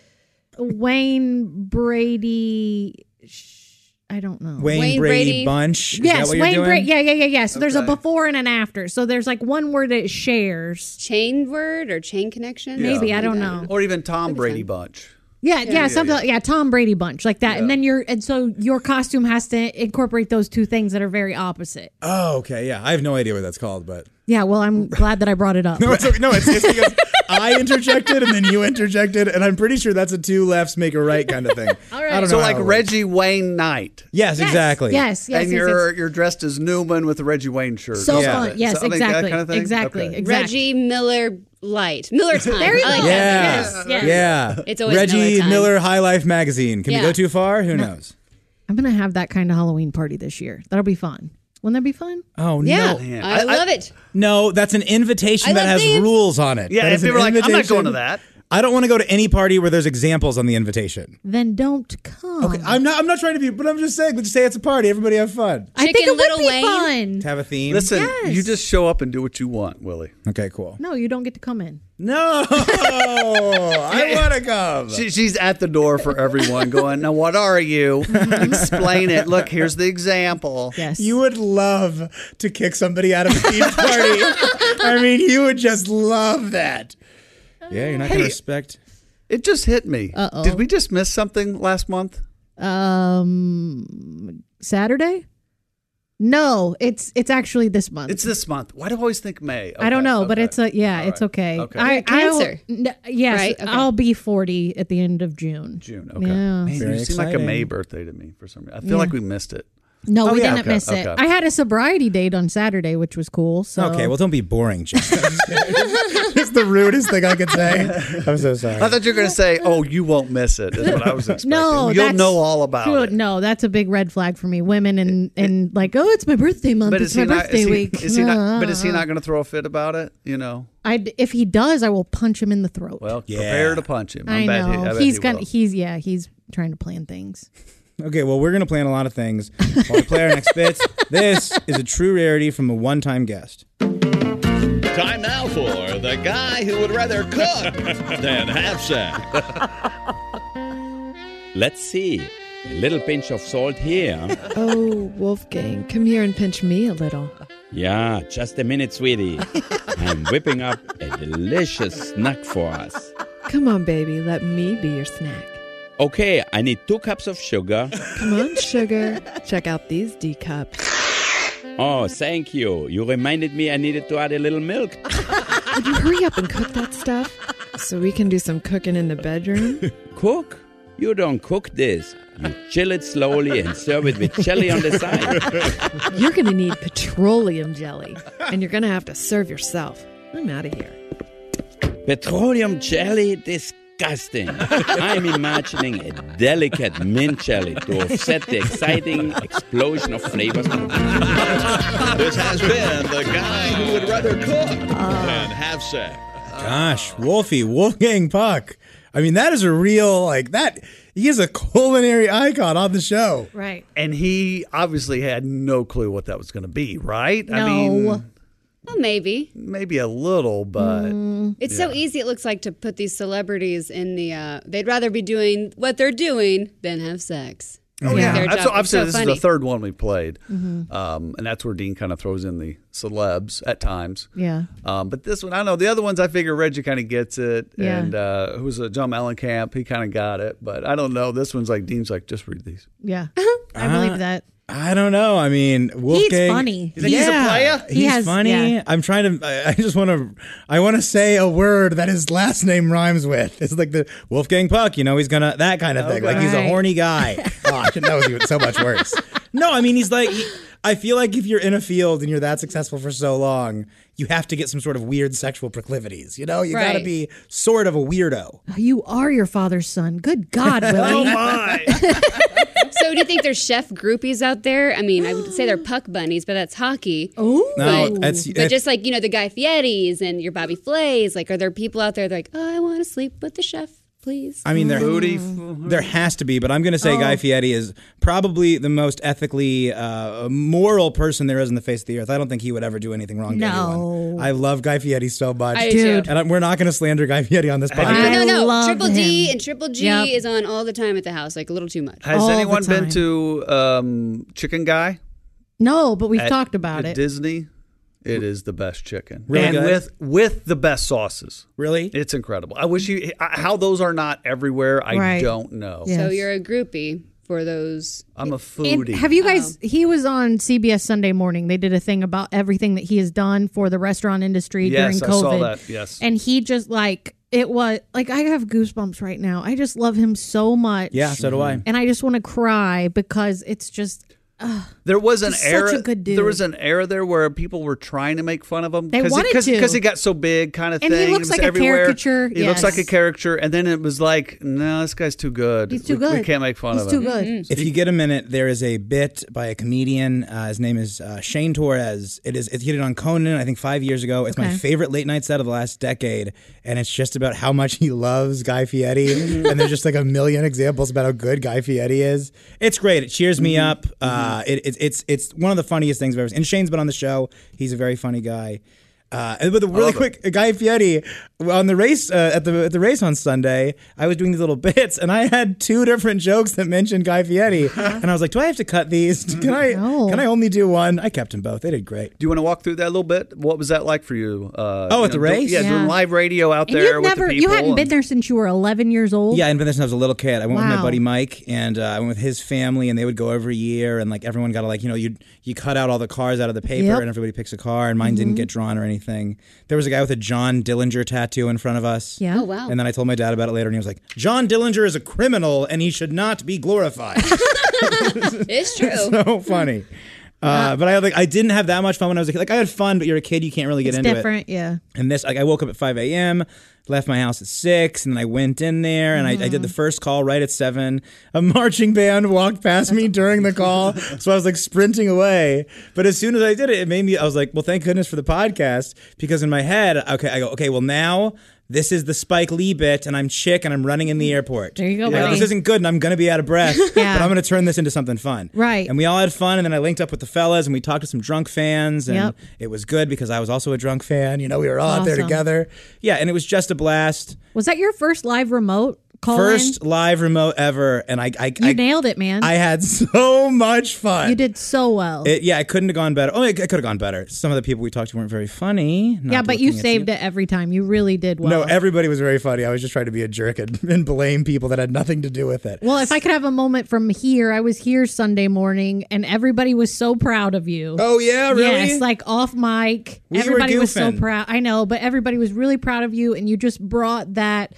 Wayne Brady. sh- I don't know
Wayne, Brady, bunch. Is that
Yes,
what you're
Wayne
doing?
Brady. Yeah, yeah, yeah, yeah. So there's a
Okay.
before and an after. So there's like one word that it shares.
Chain word or chain connection?
Maybe I don't know.
Or even Tom Brady Bunch.
Yeah, yeah, something like- yeah. Tom Brady bunch like that, and then your and so your costume has to incorporate those two things that are very opposite.
Oh, okay. Yeah, I have no idea what that's called, but
Yeah, well, I'm glad that I brought it up.
No, it's, no, it's, it's because I interjected and then you interjected, and I'm pretty sure that's a two lefts make a right kind of thing. All right. I don't know
so
how
like
it works.
Reggie Wayne night.
Yes, Yes, exactly. yes, yes,
And
yes,
you're you're dressed as Newman with the Reggie Wayne shirt. or
So
something.
fun. Yes,
Something, that
exactly.
kind of thing?
Exactly.
Okay.
Reggie Miller Light. Miller time.
There you
Oh,
I like
go.
yeah.
that. Yes, yes.
Yeah.
It's always
Reggie
Miller time.
High Life magazine. Can we
Yeah.
go too far? Who knows?
I'm gonna have that kind of Halloween party this year. That'll be fun. Wouldn't that be fun?
Oh
Yeah,
no.
I love
it.
No, that's an invitation
I
that
love
has
these.
rules on it.
Yeah,
That
and
is an
people are like, "I'm not
invitation-
going to that."
I don't want to go to any party where there's examples on the invitation.
Then don't come. Okay,
I'm not I'm not trying to be, but I'm just saying, let's say it's a party, everybody have fun.
I think
Chicken
it would
Little
be
Wayne.
fun.
Have a theme.
Listen, you just show up and do what you want, Willie.
Okay, cool.
No, you don't get to come in.
No, I want to come.
She, she's at the door for everyone going, Now, what are you? Explain it. Look, here's the example.
Yes.
You would love to kick somebody out of a theme party. I mean, you would just love that. Yeah, you're not gonna
Hey.
respect.
It just hit me.
Uh-oh.
Did we just miss something last month?
Um, Saturday? No, it's it's actually this month.
It's this month. Why do I always think May?
I don't
Okay,
know, but
okay.
it's a yeah,
All
it's
right.
okay.
Okay.
I
You're
I'll-
cancer,
n- yes,
right? Okay.
I'll be forty at the end of June.
June. Okay.
Yeah.
Man, you
Very
seem like a
exciting.
May birthday to me for some reason. I feel
Yeah.
like we missed it.
No,
Oh,
we
yeah.
didn't
Okay,
miss it.
okay.
I had a sobriety date on Saturday, which was cool. So
Okay, well, don't be boring, Jim. it's the rudest thing I could say. I'm so sorry.
I thought you were going to say, "Oh, you won't miss it." Is what I was expecting.
No,
you'll
that's-
know all about
Dude,
it.
No, that's a big red flag for me. Women and and like, oh, it's my birthday month.
But
it's
is
my
he not?
birthday
Is he,
week.
is he not? But is he not going to throw a fit about it? You know.
I if he does, I will punch him in the throat.
Well, prepare to punch him. I,
I
bet
know
he, I bet
he's
he
gonna.
will.
He's yeah. He's trying to plan things.
Okay, well, we're going to plan a lot of things while we play our next bits. This is a true rarity from a one time guest.
Time now for the guy who would rather cook than have sex.
Let's see. A little pinch of salt here.
Oh, Wolfgang, come here and pinch me a little.
yeah, just a minute, sweetie. I'm whipping up a delicious snack for us.
Come on, baby, let me be your snack.
Okay, I need two cups of sugar.
Come on, sugar. Check out these D cups.
Oh, thank you. You reminded me I needed to add a little milk.
Would you hurry up and cook that stuff so we can do some cooking in the bedroom?
Cook? You don't cook this. You chill it slowly and serve it with jelly on the side.
You're going to need petroleum jelly, and you're going to have to serve yourself. I'm out of here.
Petroleum jelly? disgusting. I'm imagining a delicate mint jelly to offset the exciting explosion of flavors.
This has been the guy who would rather cook than have sex.
Gosh, Wolfie, Wolfgang Puck. I mean, that is a real like that. He is a culinary icon on the show.
Right.
And he obviously had no clue what that was going to be, right? I
No.
mean,
Well, maybe.
maybe a little, but
Mm.
It's so
Mm-hmm. Yeah.
easy, it looks like, to put these celebrities in the. Uh, they'd rather be doing what they're doing than have sex.
Oh,
Their
yeah.
job.
That's so,
It's
obviously,
so
this
funny.
is the third one we played.
Mhm.
Um, and that's where Dean kind of throws in the celebs at times.
Yeah.
Um, but this one, I don't know. The other ones, I figure Reggie kind of gets it.
Yeah.
And uh, who's uh, John Mellencamp? He kind of got it. But I don't know. This one's like, Dean's like, just read these.
Yeah. I
Uh,
believe that.
I don't know. I mean, Wolfgang.
funny. You
Yeah,
think he's a player?
He's
He has-
funny.
yeah.
I'm trying to. I, I just want to. I want to say a word that his last name rhymes with. It's like the Wolfgang Puck. You know, he's gonna that kind of thing.
Okay.
Like he's a
Right.
horny guy. Gosh, that was even so much worse. No, I mean he's like. I feel like if you're in a field and you're that successful for so long, you have to get some sort of weird sexual proclivities. You know, you got to
Right.
be sort of a weirdo.
You are your father's son. Good God, Willie.
Oh,
so, do you think there's chef groupies out there? I mean, I would say they're puck bunnies, but that's hockey.
Oh,
No, that's-
but
that's-
just like you know, the Guy Fieri's and your Bobby Flay's. Like, are there people out there that are like, oh, I want to sleep with the chef, please?
I mean, there,
Mm.
there has to be, but I'm going to say Guy
Oh.
Fieri is probably the most ethically uh, moral person there is on the face of the earth. I don't think he would ever do anything wrong to anyone. I love Guy Fieri so much.
I do too. Dude.
And I, we're not going to slander Guy Fieri on this podcast.
no, no, no.
love
Oh, Triple D
him.
and Triple G
Yep. Oh,
is on all the time at the house, like a little too much.
Has anyone been to um, Chicken Guy?
No, but we've
at-
talked about
at
it.
Disney, it is the best chicken.
Really
and
good?
with with the best sauces.
Really?
It's incredible. I wish you I- how those are not everywhere. I
Right.
don't know.
So you're a groupie for those.
I'm a
And
foodie.
have you guys?
Oh.
He was on CBS Sunday Morning. They did a thing about everything that he has done for the restaurant industry
Yes,
during
I saw
COVID.
that. Yes.
and he just like it was like I have goosebumps right now. I just love him so much.
Yeah, so do I.
And I just want to cry because it's just ugh.
There was an
He's such
era.
a good
There was
dude.
an era there where people were trying to make fun of him.
They wanted
because
to.
because he got so big, kind of
And he
thing. it
looks
was
like a
everywhere.
caricature,
He looks like a
yes.
caricature, and then it was like, no, this guy's too good.
He's too
We- We
good.
can't make fun
He's
of
too
him. Mm-hmm.
good. Mhm.
If you get a minute, there is a bit by a comedian. Uh, his name is uh, Shane Torres. It is. It, he did it on Conan, I think, five years ago. It's my
Okay.
favorite late night set of the last decade, and it's just about how much he loves Guy
Mm-hmm.
Fieri, and there's just like a million examples about how good Guy Fieri is. It's great. It cheers me up. Uh, it, it, it's it's one of the funniest things I've ever seen. And Shane's been on the show. He's a very funny guy. Uh, and- but the really
love it.
quick, Guy Fieri on the race uh, at the at the race on Sunday, I was doing these little bits, and I had two different jokes that mentioned Guy Fieri, and I was like, "Do I have to cut these? Can I can I only do one?" I kept them both; they did great.
Do you want to walk through that a little bit? What was that like for you? Uh,
Oh,
you
at the
know, doing-
race?
yeah, doing
Yeah.
live radio out
And
there
you've
with
never,
the
you
people.
hadn't been
and-
there since you were 11 years old.
Yeah, I had been there since I was a little kid. I went with my
Wow.
buddy Mike, and uh, I went with his family, and they would go every year, and like everyone got to like you know you you cut out all the cars out of the paper,
Yep.
and everybody picks a car, and mine didn't
Mhm.
get drawn or anything. There was a guy with a John Dillinger tattoo in front of us.
Yeah. Oh, wow.
And then I told my dad about it later, and he was like, "John Dillinger is a criminal, and he should not be glorified."
it's true.
so funny. Uh, but I like I didn't have that much fun when I was a kid. Like I had fun, but you're a kid, you can't really get
it's
into it.
different. Yeah.
And this, like, I woke up at 5 a.m., left my house at 6, and I went in there and I, I did
Mm-hmm.
the first call right at 7. A marching band walked past me during the call. so I was like sprinting away. But as soon as I did it, it made me, I was like, well, thank goodness for the podcast because in my head, okay, I go, okay, well, now. This is the Spike Lee bit, and I'm chick, and I'm running in the airport. There
you go, buddy.
This isn't good, and I'm going to be out of breath, but I'm going to turn this into something fun.
Right.
And we all had fun, and then I linked up with the fellas, and we talked to some drunk fans, and
Yep.
it was good because I was also a drunk fan. You know, we were all out there
Awesome.
together. Yeah, and it was just a blast.
Was that your first live remote call?
First live remote ever, and I I,
in? You
I,
nailed it, man.
I had so much fun.
you did so well.
It, yeah, it couldn't have gone better. Oh, it, it could have gone better. Some of the people we talked to weren't very funny.
yeah,
Not
but you
looking at
saved it every time. You really did well.
No, everybody was very funny. I was just trying to be a jerk and, and blame people that had nothing to do with it.
Well, if I could have a moment from here, I was here Sunday morning and everybody was so proud of you.
Oh, yeah? Really?
Yes, like off mic.
We were
everybody was so
goofing.
proud. I know, but everybody was really proud of you and you just brought that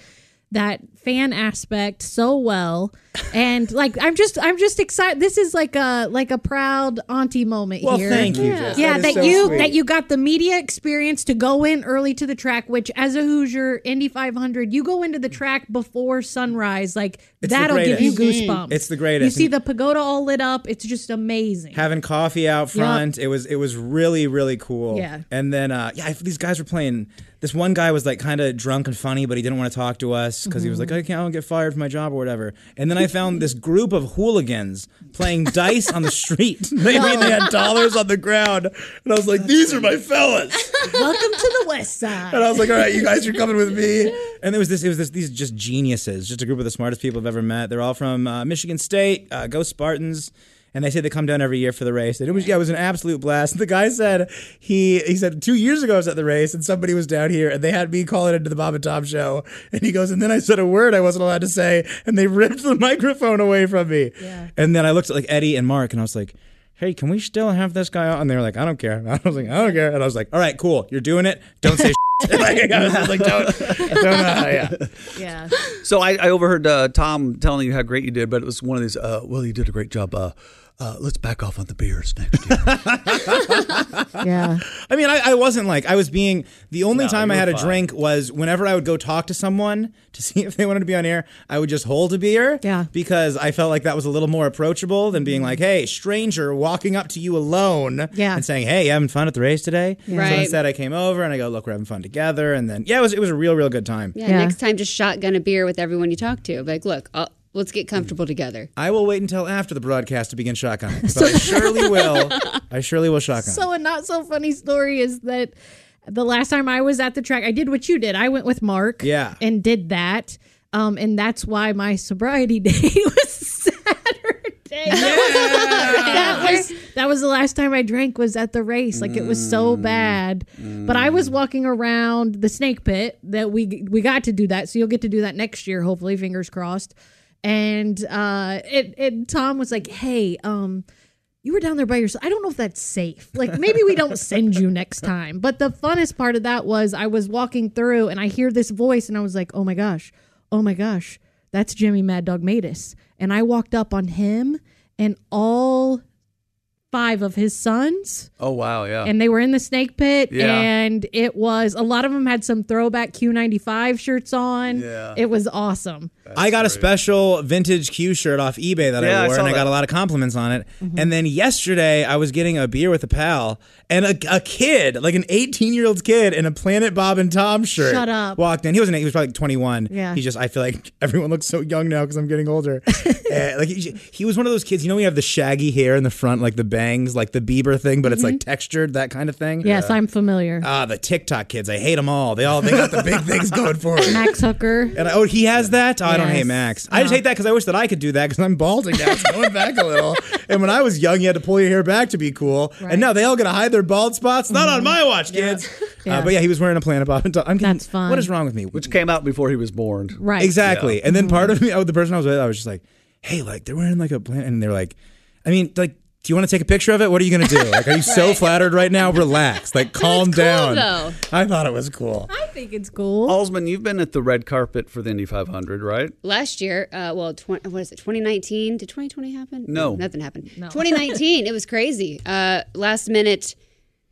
that fan aspect so well and like i'm just i'm just excited this is like a like a proud auntie moment
Well,
here
thank you,
yeah,
Jess.
Yeah,
That is
that
so
you
sweet.
that you got the media experience to go in early to the track which as a hoosier indy 500 you go into the track before sunrise like
It's the
that'll give you
greatest.
goosebumps
It's the greatest.
you see the pagoda all lit up it's just amazing
having coffee out front. It was it was really really cool.
Yeah.
And then uh, yeah, I- these guys were playing. This one guy was like kind of drunk and funny, but he didn't want to talk to us because he was
Mm-hmm.
like, I can't I don't get fired from my job or whatever. And then I found this group of hooligans playing dice on the street. They mean they had dollars on the ground, and I was like, these are my fellas.
welcome to the west side
And I was like, all right, you guys are coming with me. And it was this, it was this, these just geniuses, just a group of the smartest people I've ever met. They're all from uh, Michigan State, uh, go Spartans. And they say they come down every year for the race. And it was, yeah, it was an absolute blast. The guy said, he he said, two years ago I was at the race and somebody was down here and they had me calling into the Bob and Tom show. And he goes, and then I said a word I wasn't allowed to say and they ripped the microphone away from me. And then I looked at like Eddie and Mark and I was like, hey, can we still have this guy on? And they were like, I don't care. And I was like, I don't care. And I was like, all right, cool. You're doing it. Don't say shit. like, I was just like, don't. don't uh, yeah.
yeah.
So I, I overheard uh, Tom telling you how great you did, but it was one of these. Uh, well, you did a great job. Uh, uh, let's back off on the beers next year.
Yeah. I mean, I, I wasn't like, I was being, the only
No,
time I
you
had
were
a
fine.
drink was whenever I would go talk to someone to see if they wanted to be on air, I would just hold a beer. Yeah. Because I felt like that was a little more approachable than being like, hey, stranger walking up to you alone
Yeah.
and saying, hey, you having fun at the race today?
Right.
So instead, I came over and I go, look, we're having fun together. And then, yeah, it was, it was a real, real good time.
Yeah, Next time, just shotgun a beer with everyone you talk to. Like, look, I'll, let's get comfortable together.
I will wait until after the broadcast to begin shotgun. But I surely will. I surely will shotgun.
So a not so funny story is that the last time I was at the track, I did what you did. I went with Mark.
Yeah.
And did that. Um, and that's why my sobriety day was Saturday. uh, that, was, that was the last time I drank was at the race. Like it was so bad. But I was walking around the snake pit that we we got to do that. So you'll get to do that next year, hopefully, fingers crossed. And uh it, it Tom was like, Hey, um, you were down there by yourself. I don't know if that's safe. Like maybe we don't send you next time. But the funnest part of that was I was walking through and I hear this voice and I was like, "Oh my gosh. Oh my gosh. That's Jimmy Mad Dog Matus." And I walked up on him and all five of his sons
oh wow, yeah.
and they were in the snake pit
Yeah.
and it was a lot of them had some throwback Q95 shirts on.
Yeah.
It was awesome.
I got a special vintage Q shirt off eBay that
Yeah, I
I wore,
saw
and I got
that.
a lot of compliments on it.
Mm-hmm.
And then yesterday, I was getting a beer with a pal, and a, a kid, like an 18 year old kid, in a Planet Bob and Tom shirt,
Shut up.
walked in. He wasn't. He was probably like 21.
Yeah.
He just. I feel like everyone looks so young now because I'm getting older. Uh, like he, he was one of those kids. You know, we have the shaggy hair in the front, like the bangs, like the Bieber thing, but it's like
Mhm.
textured, that kind of thing.
Yes, I'm familiar.
Uh,
Ah, the TikTok kids. I hate them all. They all they got the big things going for them.
Max Hooker.
And I, oh, he has that. Oh, I don't
Yes.
hate Max. I just hate that because I wish that I could do that because I'm balding now. It's going back a little. And when I was young, you had to pull your hair back to be cool. And now they all gonna hide their bald spots. Not on my watch, kids.
Mm-hmm. Yeah.
Uh, but yeah, he was wearing a Planet Bob and Tom. I'm getting, That's
fun.
What is wrong with me?
Which came out before he was born.
Right. Mm-hmm.
Exactly. And then part of me, oh, the person I was with, I was just like, hey, like they're wearing like a Planet, and they're like, I mean, like. Do you want to take a picture of it? What are you going to do? Like, are you so flattered right now? Relax. Like, calm down.
though.
I thought it was cool.
I think it's cool.
Alsman, you've been at the red carpet for the Indy 500, right?
Last year, uh, well, tw- what is it? 2019? Did 2020 happen?
No.
nothing happened. 2019, it was crazy. Uh, last minute,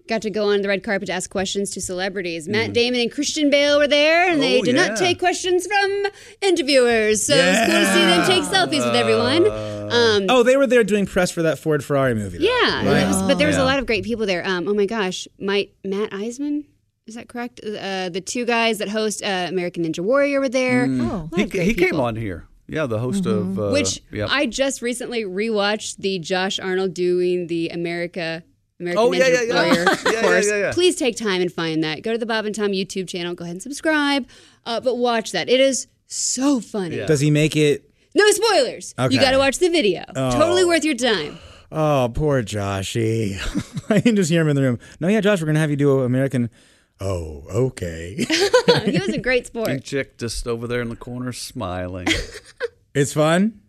got to go on the red carpet to ask questions to celebrities. Matt
Mm.
Mhm.
Damon and Christian Bale were there, and they
Oh,
did
yeah.
not take questions from interviewers. So it was cool to see them take selfies with everyone.
Uh,
Um,
oh, they were there doing press for that Ford Ferrari movie. though.
Yeah, and it was- but there was
Yeah.
a lot of great people there. Um, oh my gosh, my Matt Eisman. Is that correct? Uh, the two guys that host uh, American Ninja Warrior were there.
Mm.
Oh, A lot
he
of great
he came
people. Mm-hmm.
on here. Yeah, the host of. Uh,
Which
yep.
I just recently rewatched the Josh Arnold doing the America American
Oh,
Ninja
yeah, yeah, yeah.
Warrior
Yeah, yeah, yeah,
course.
yeah, yeah.
Please take time and find that. Go to the Bob and Tom YouTube channel. Go ahead and subscribe. Uh, but watch that. It is so funny.
Does he make it?
No spoilers.
Okay.
You got to watch the video.
Oh.
Totally worth your time.
Oh, poor Joshy. I can just hear him in the room. No, yeah, Josh, we're gonna have you do American. Oh, okay.
he was a great sport.
Big chick just over there in the corner smiling.
it's fun.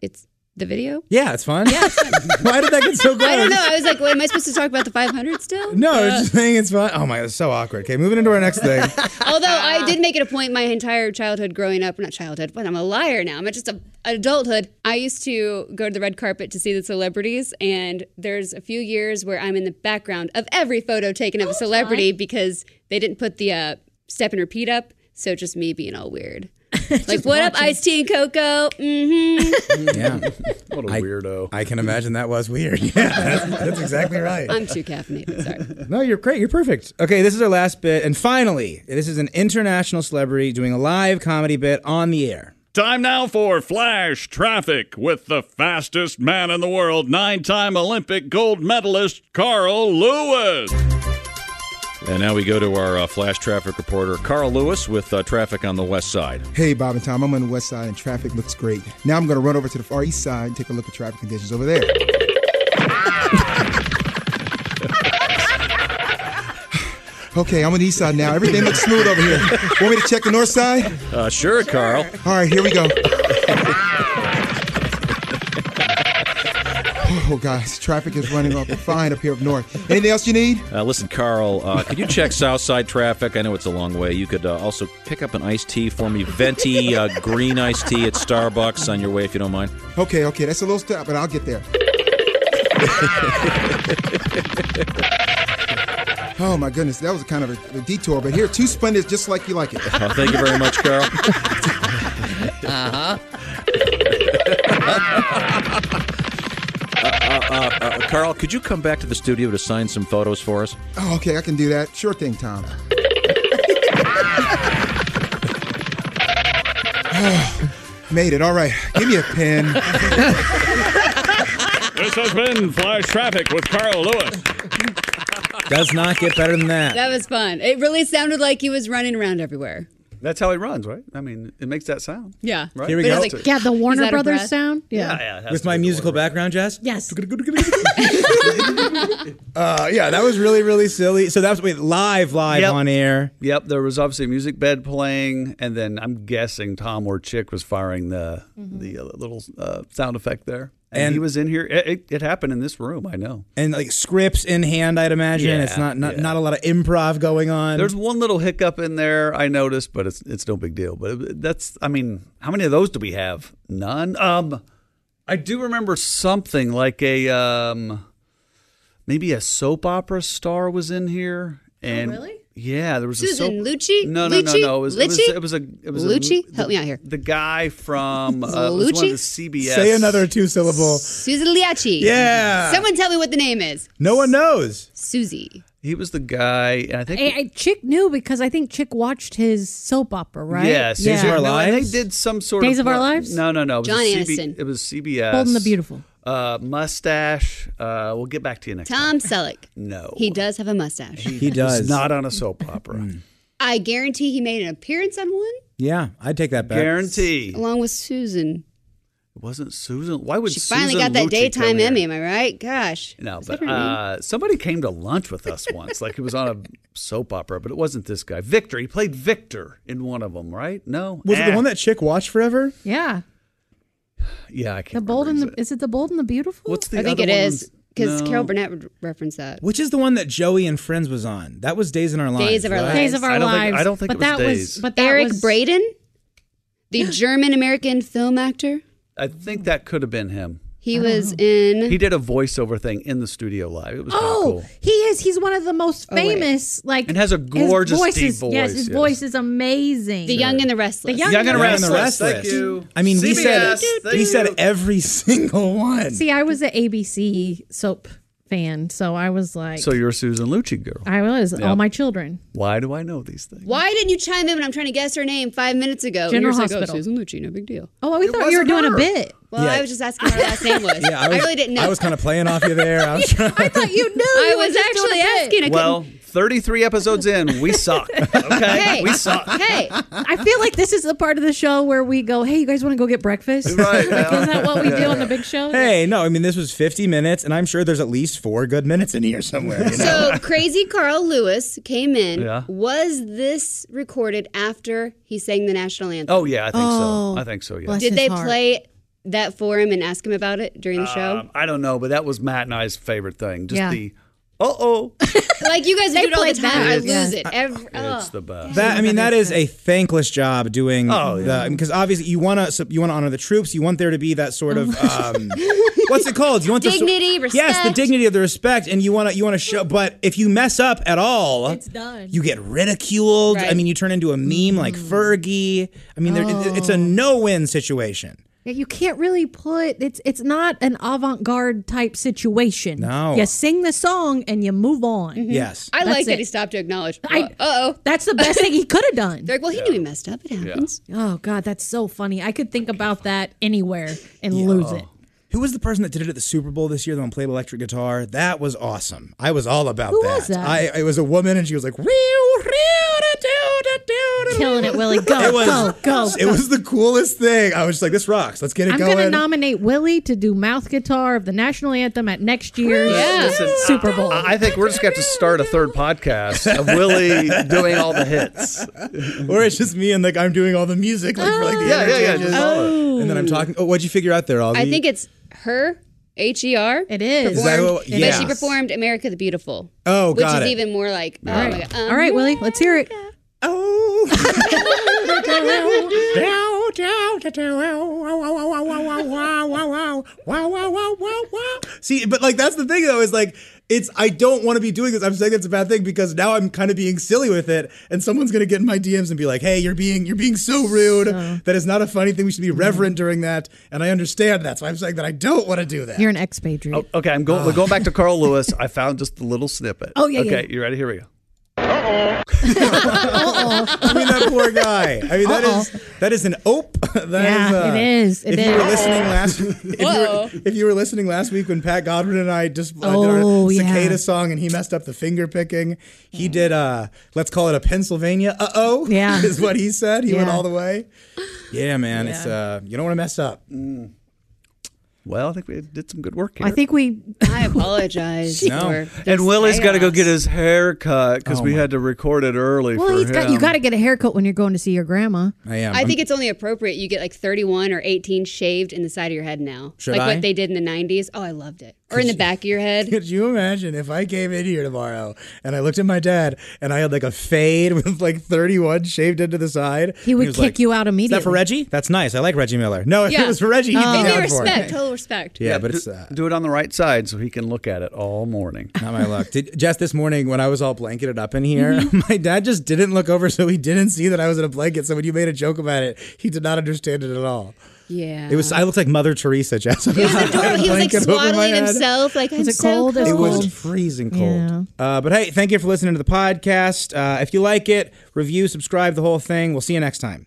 It's the video?
Yeah, it's fun. Yes. Why did that get so good?
I don't know. Uh, I was like, wait, am I supposed to talk about the 500 still?
No, I was just saying it's fun. Oh my, it's so awkward. Okay, moving into our next thing.
Although I did make it a point my entire childhood growing up, not childhood, but I'm a liar now. I'm just a adulthood. I used to go to the red carpet to see the celebrities, and there's a few years where I'm in the background of every photo taken
Oh,
of a celebrity because they didn't put the uh, step and repeat up. So just me being all weird. like, what up, Ice Tea and Coco? Mm-hmm.
Yeah. What a weirdo. I can imagine that was weird. Yeah, that's, that's exactly right.
I'm too caffeinated. Sorry.
No, you're great. You're perfect. Okay, this is our last bit. And finally, this is an international celebrity doing a live comedy bit on the air.
Time now for Flash Traffic with the fastest man in the world, nine time Olympic gold medalist Carl Lewis.
And now we go to our uh, flash traffic reporter, Carl Lewis, with uh, traffic on the west side.
Hey, Bob and Tom, I'm on the west side and traffic looks great. Now I'm going to run over to the far east side and take a look at traffic conditions over there. okay, I'm on the east side now. Everything looks smooth over here. Want me to check the north side?
Uh, sure, Carl.
All right, here we go. Oh, guys, traffic is running off the fine up here up north. Anything else you need?
Uh, listen, Carl, uh, could you check south side traffic? I know it's a long way. You could uh, also pick up an iced tea for me, venti uh, green iced tea at Starbucks on your way if you don't mind.
Okay, okay, that's a little step, but I'll get there. oh my goodness, that was kind of a, a detour, but here, two splendid, just like you like it.
Uh, thank you very much, Carl.
Uh-huh.
Uh huh.
Uh, uh, uh, uh, Carl, could you come back to the studio to sign some photos for us?
Oh, okay, I can do that. Sure thing, Tom. Made it. All right, give me a pen.
This has been Flash Traffic with Carl Lewis.
Does not get better than
That was fun. It really sounded like he was running around everywhere.
That's how he runs, right? I mean, it makes that sound.
Yeah.
Right?
Here we go.
yeah, the Warner
out of
Brothers
breath.
sound.
Yeah, yeah. it has
With
to
my
be the
musical background, Jess?
Yes.
Uh, yeah, that was really, really silly. So that was wait, live, live
Yep.
on air.
Yep, there was obviously a music bed playing, and then I'm guessing Tom or Chick was firing the the uh, little uh, sound effect there, and,
And-
he was in here. It, it, it happened in this room, I know.
And like scripts in hand, I'd imagine.
Yeah,
it's not not,
yeah.
not a lot of improv going on.
There's one little hiccup in there I noticed, but it's it's no big deal. But it, that's, I mean, how many of those do we have? None. Um, I do remember something like a um, maybe a soap opera star was in here, and really. Yeah, there was
Oh, Susan
a soap.
Lucci?
No, no, no,
Lucci?
no. It was, it was,
Lucci?
it was a it was
Lucci?
A,
Help me out here.
The guy from uh, it was one of the CBS.
Say another two syllable.
Susan Liachi.
Yeah.
Someone tell me what the name is.
No one knows.
Susie.
He was the guy, and I think
I, I- Chick knew because I think Chick watched his soap opera, right?
Yes, Days of Our No, and they Lives?
did
some sort
Days of Our
well,
Lives.
No, no, no. It was
John
a CB
Aniston.
It was CBS.
Bold and the Beautiful.
Uh, mustache. Uh, we'll get back to you next. time.
Tom Selleck.
No,
He does have a mustache.
he
does.
not on a soap opera.
I guarantee he made an appearance on one
Yeah, I'd take that back.
Guarantee.
along with Susan.
It wasn't Susan. Why would
She
Susan
finally got that
Lucci
daytime
come here?
Emmy, am I right? Gosh.
No,
Is that
but
her name?
uh, somebody came to lunch with us once. like it was on a soap opera, but it wasn't this guy. Victor. He played Victor in one of them, right? No.
Was it
Ah.
the one that Chick watched forever?
Yeah.
Yeah, I
The
can't.
bold and the is it the bold and the beautiful?
What's
I think it is because
No.
Carol Burnett would reference that.
Which is the one that Joey and Friends was on? That was Days in Our Lives.
Days of Our
right?
Lives. Days of Our I don't think- I Lives. don't think
But
it was
that was-
Days.
but
that
Eric
was-
Braden, the German American film actor,
I think that could have been him.
he was in.
He did a voiceover thing in the studio live. It was kind of
Oh,
cool.
he is. He's one of the most
wait.
famous. like
And has a
his
gorgeous
voice
deep
is- Yes,
voice,
his
yes.
voice is amazing.
The Young and the Restless.
The Young
Young and
Restless,
Restless.
thank you.
I mean, we said
CBS, thank
we said
you.
every single one.
See, I was an ABC soap fan, so I was like,
So you're a Susan Lucci girl.
I was
Yeah.
all my children.
Why do I know these things?
Why didn't you chime in when I'm trying to guess her name five minutes ago? And
General
you're just like,
Hospital.
oh, Susan Lucci, no big deal.
Oh, we thought you were doing a bit.
Well,
Yeah.
I was just asking what her last name was.
Yeah, I, was,
really didn't know.
I was kind of playing off you there. I was trying.
you knew.
I
you were
was
just doing
actually
a bit.
asking. I
Well, 33 episodes in, we suck. Okay,
Hey.
we suck.
Hey,
I feel like this is the part of the show where we go, "Hey, you guys want to go get breakfast?"
Right.
like, isn't that what we do on the big show?
Hey, no, I mean this was 50 minutes, and I'm sure there's at least four good minutes in here somewhere. you know?
so crazy Carl Lewis came in.
Yeah.
Was this recorded after he sang the national anthem?
Oh yeah, I think
Oh,
so. I think so. Yeah.
Did they play that for him and ask him about it during the show?
Um, I don't know, but that was Matt and I's favorite thing. Just
Yeah.
the uh oh.
like you guys do
They
it all the
play
time. I
tennis.
lose it every. ugh.
It's the best.
That I mean, that is a thankless job doing.
Oh,
Oh,
yeah.
Because obviously, you want to you want to honor the troops. You want there to be that sort of um, what's it called? You want
Dignity,
the, sor- Yes, the
respect.
dignity of the respect, and you want to you want to show. But if you mess up at all, it's
done.
You get ridiculed. I
Right. Mm.
mean, you turn into a meme like Fergie. I mean, there it- it's a
Oh.
no-win situation.
Yeah, you can't really put it's it's not an avant-garde type situation.
No.
You sing the song and you move on.
Yes.
Mm-hmm. I like
That's
that
it.
he stopped to acknowledge. Uh
I-
oh,
that's the best thing he could have done.
They're like, well, he knew he messed up. It happens.
Oh god, that's so funny. I could think about that anywhere and lose it.
Who was the person that did it at the Super Bowl this year? The one who played electric guitar. That was awesome. I was all about
Who
that.
was that?
I it was a woman, and she was like,
Killing it, Willie. Go,
it was,
go, go.
It was the coolest thing. I was just like, this rocks. Let's get it
I'm
going.
gonna nominate Willie to do mouth guitar of the national anthem at next year's
Oh
Listen,
Super Bowl.
I I think we're just going to have to start a third podcast of Willie doing all the hits.
or it's just me and like I'm doing all the music. Like, for, like
Oh.
the
Yeah, yeah, yeah,
interchanges.
just all
And then I'm talking. Oh, what'd you figure out there, Ollie?
I think it's her. H E R. It
is.
Is that
Performed,
what- yes.
But she performed "America the Beautiful."
Oh,
which
got Oh.
is
it.
even more like. Oh
All
my
right.
god. Um,
All right, Willie, let's hear it.
See, but like that's the thing though is like it's I don't want to be doing this. I'm saying it's a bad thing because now I'm kind of being silly with it, and someone's gonna get in my DMs and be like, "Hey, you're being you're being so rude. That is not a funny thing. We should be reverent during that." And I understand that, so I'm saying that I don't want to do that. Ah.
You're an expatriate.
Oh, okay, I'm going, we're going back to Carl Lewis. I found just a little snippet.
Oh, yeah,
Okay,
yeah.
you ready? Here we go.
I mean that poor guy. I mean that is that is an ope. That is
Yeah,
uh,
it is. It
if you were
is.
listening last, if you
Uh-oh.
were, if you were listening last week when Pat Godwin and I just uh, did
Oh,
our cicada
yeah.
song and he messed up the finger picking, he did uh let's call it a Pennsylvania uh oh
Yeah.
is what he said. He went
Yeah.
all the way. Yeah, man. It's uh you don't want to mess up.
Mm. Well, I think we did some good work here.
I think we.
I apologize.
No. And Willie's got to go get his hair cut because
Oh,
we had to record it early for
Well, he's
him.
got you got to get a haircut when you're going to see your grandma.
I am.
I think it's only appropriate you get like 31 or 18 shaved in the side of your head now.
Should
like
I?
what they did in the 90s. Oh, I loved it. Or in the back of your head.
Could you imagine if I came in here tomorrow and I looked at my dad and I had like a fade with like 31 shaved into the side?
He would
was
kick you out
Is that for
immediately."
Reggie? That's nice. I like Reggie Miller. No, if
Yeah.
Oh, it was for Reggie, he'd
Oh.
be
Give me
down for
respect,
it.
total respect.
Yeah, but it's,
do,
uh,
do it on the right side so he can look at it all morning.
Not my luck. Did, just this morning when I was all blanketed up in here,
Mm-hmm.
my dad just didn't look over, so he didn't see that I was in a blanket. So when you made a joke about it, he did not understand it at all.
Yeah.
It was I looked like Mother Teresa, Jess. It was
adorable. He was like swaddling himself. Like, I'm
it
so
cold?
cold.
It
It was freezing cold. Uh, but hey, thank you for listening to the podcast. Uh, if you like it, review, subscribe, the whole thing. We'll see you next time.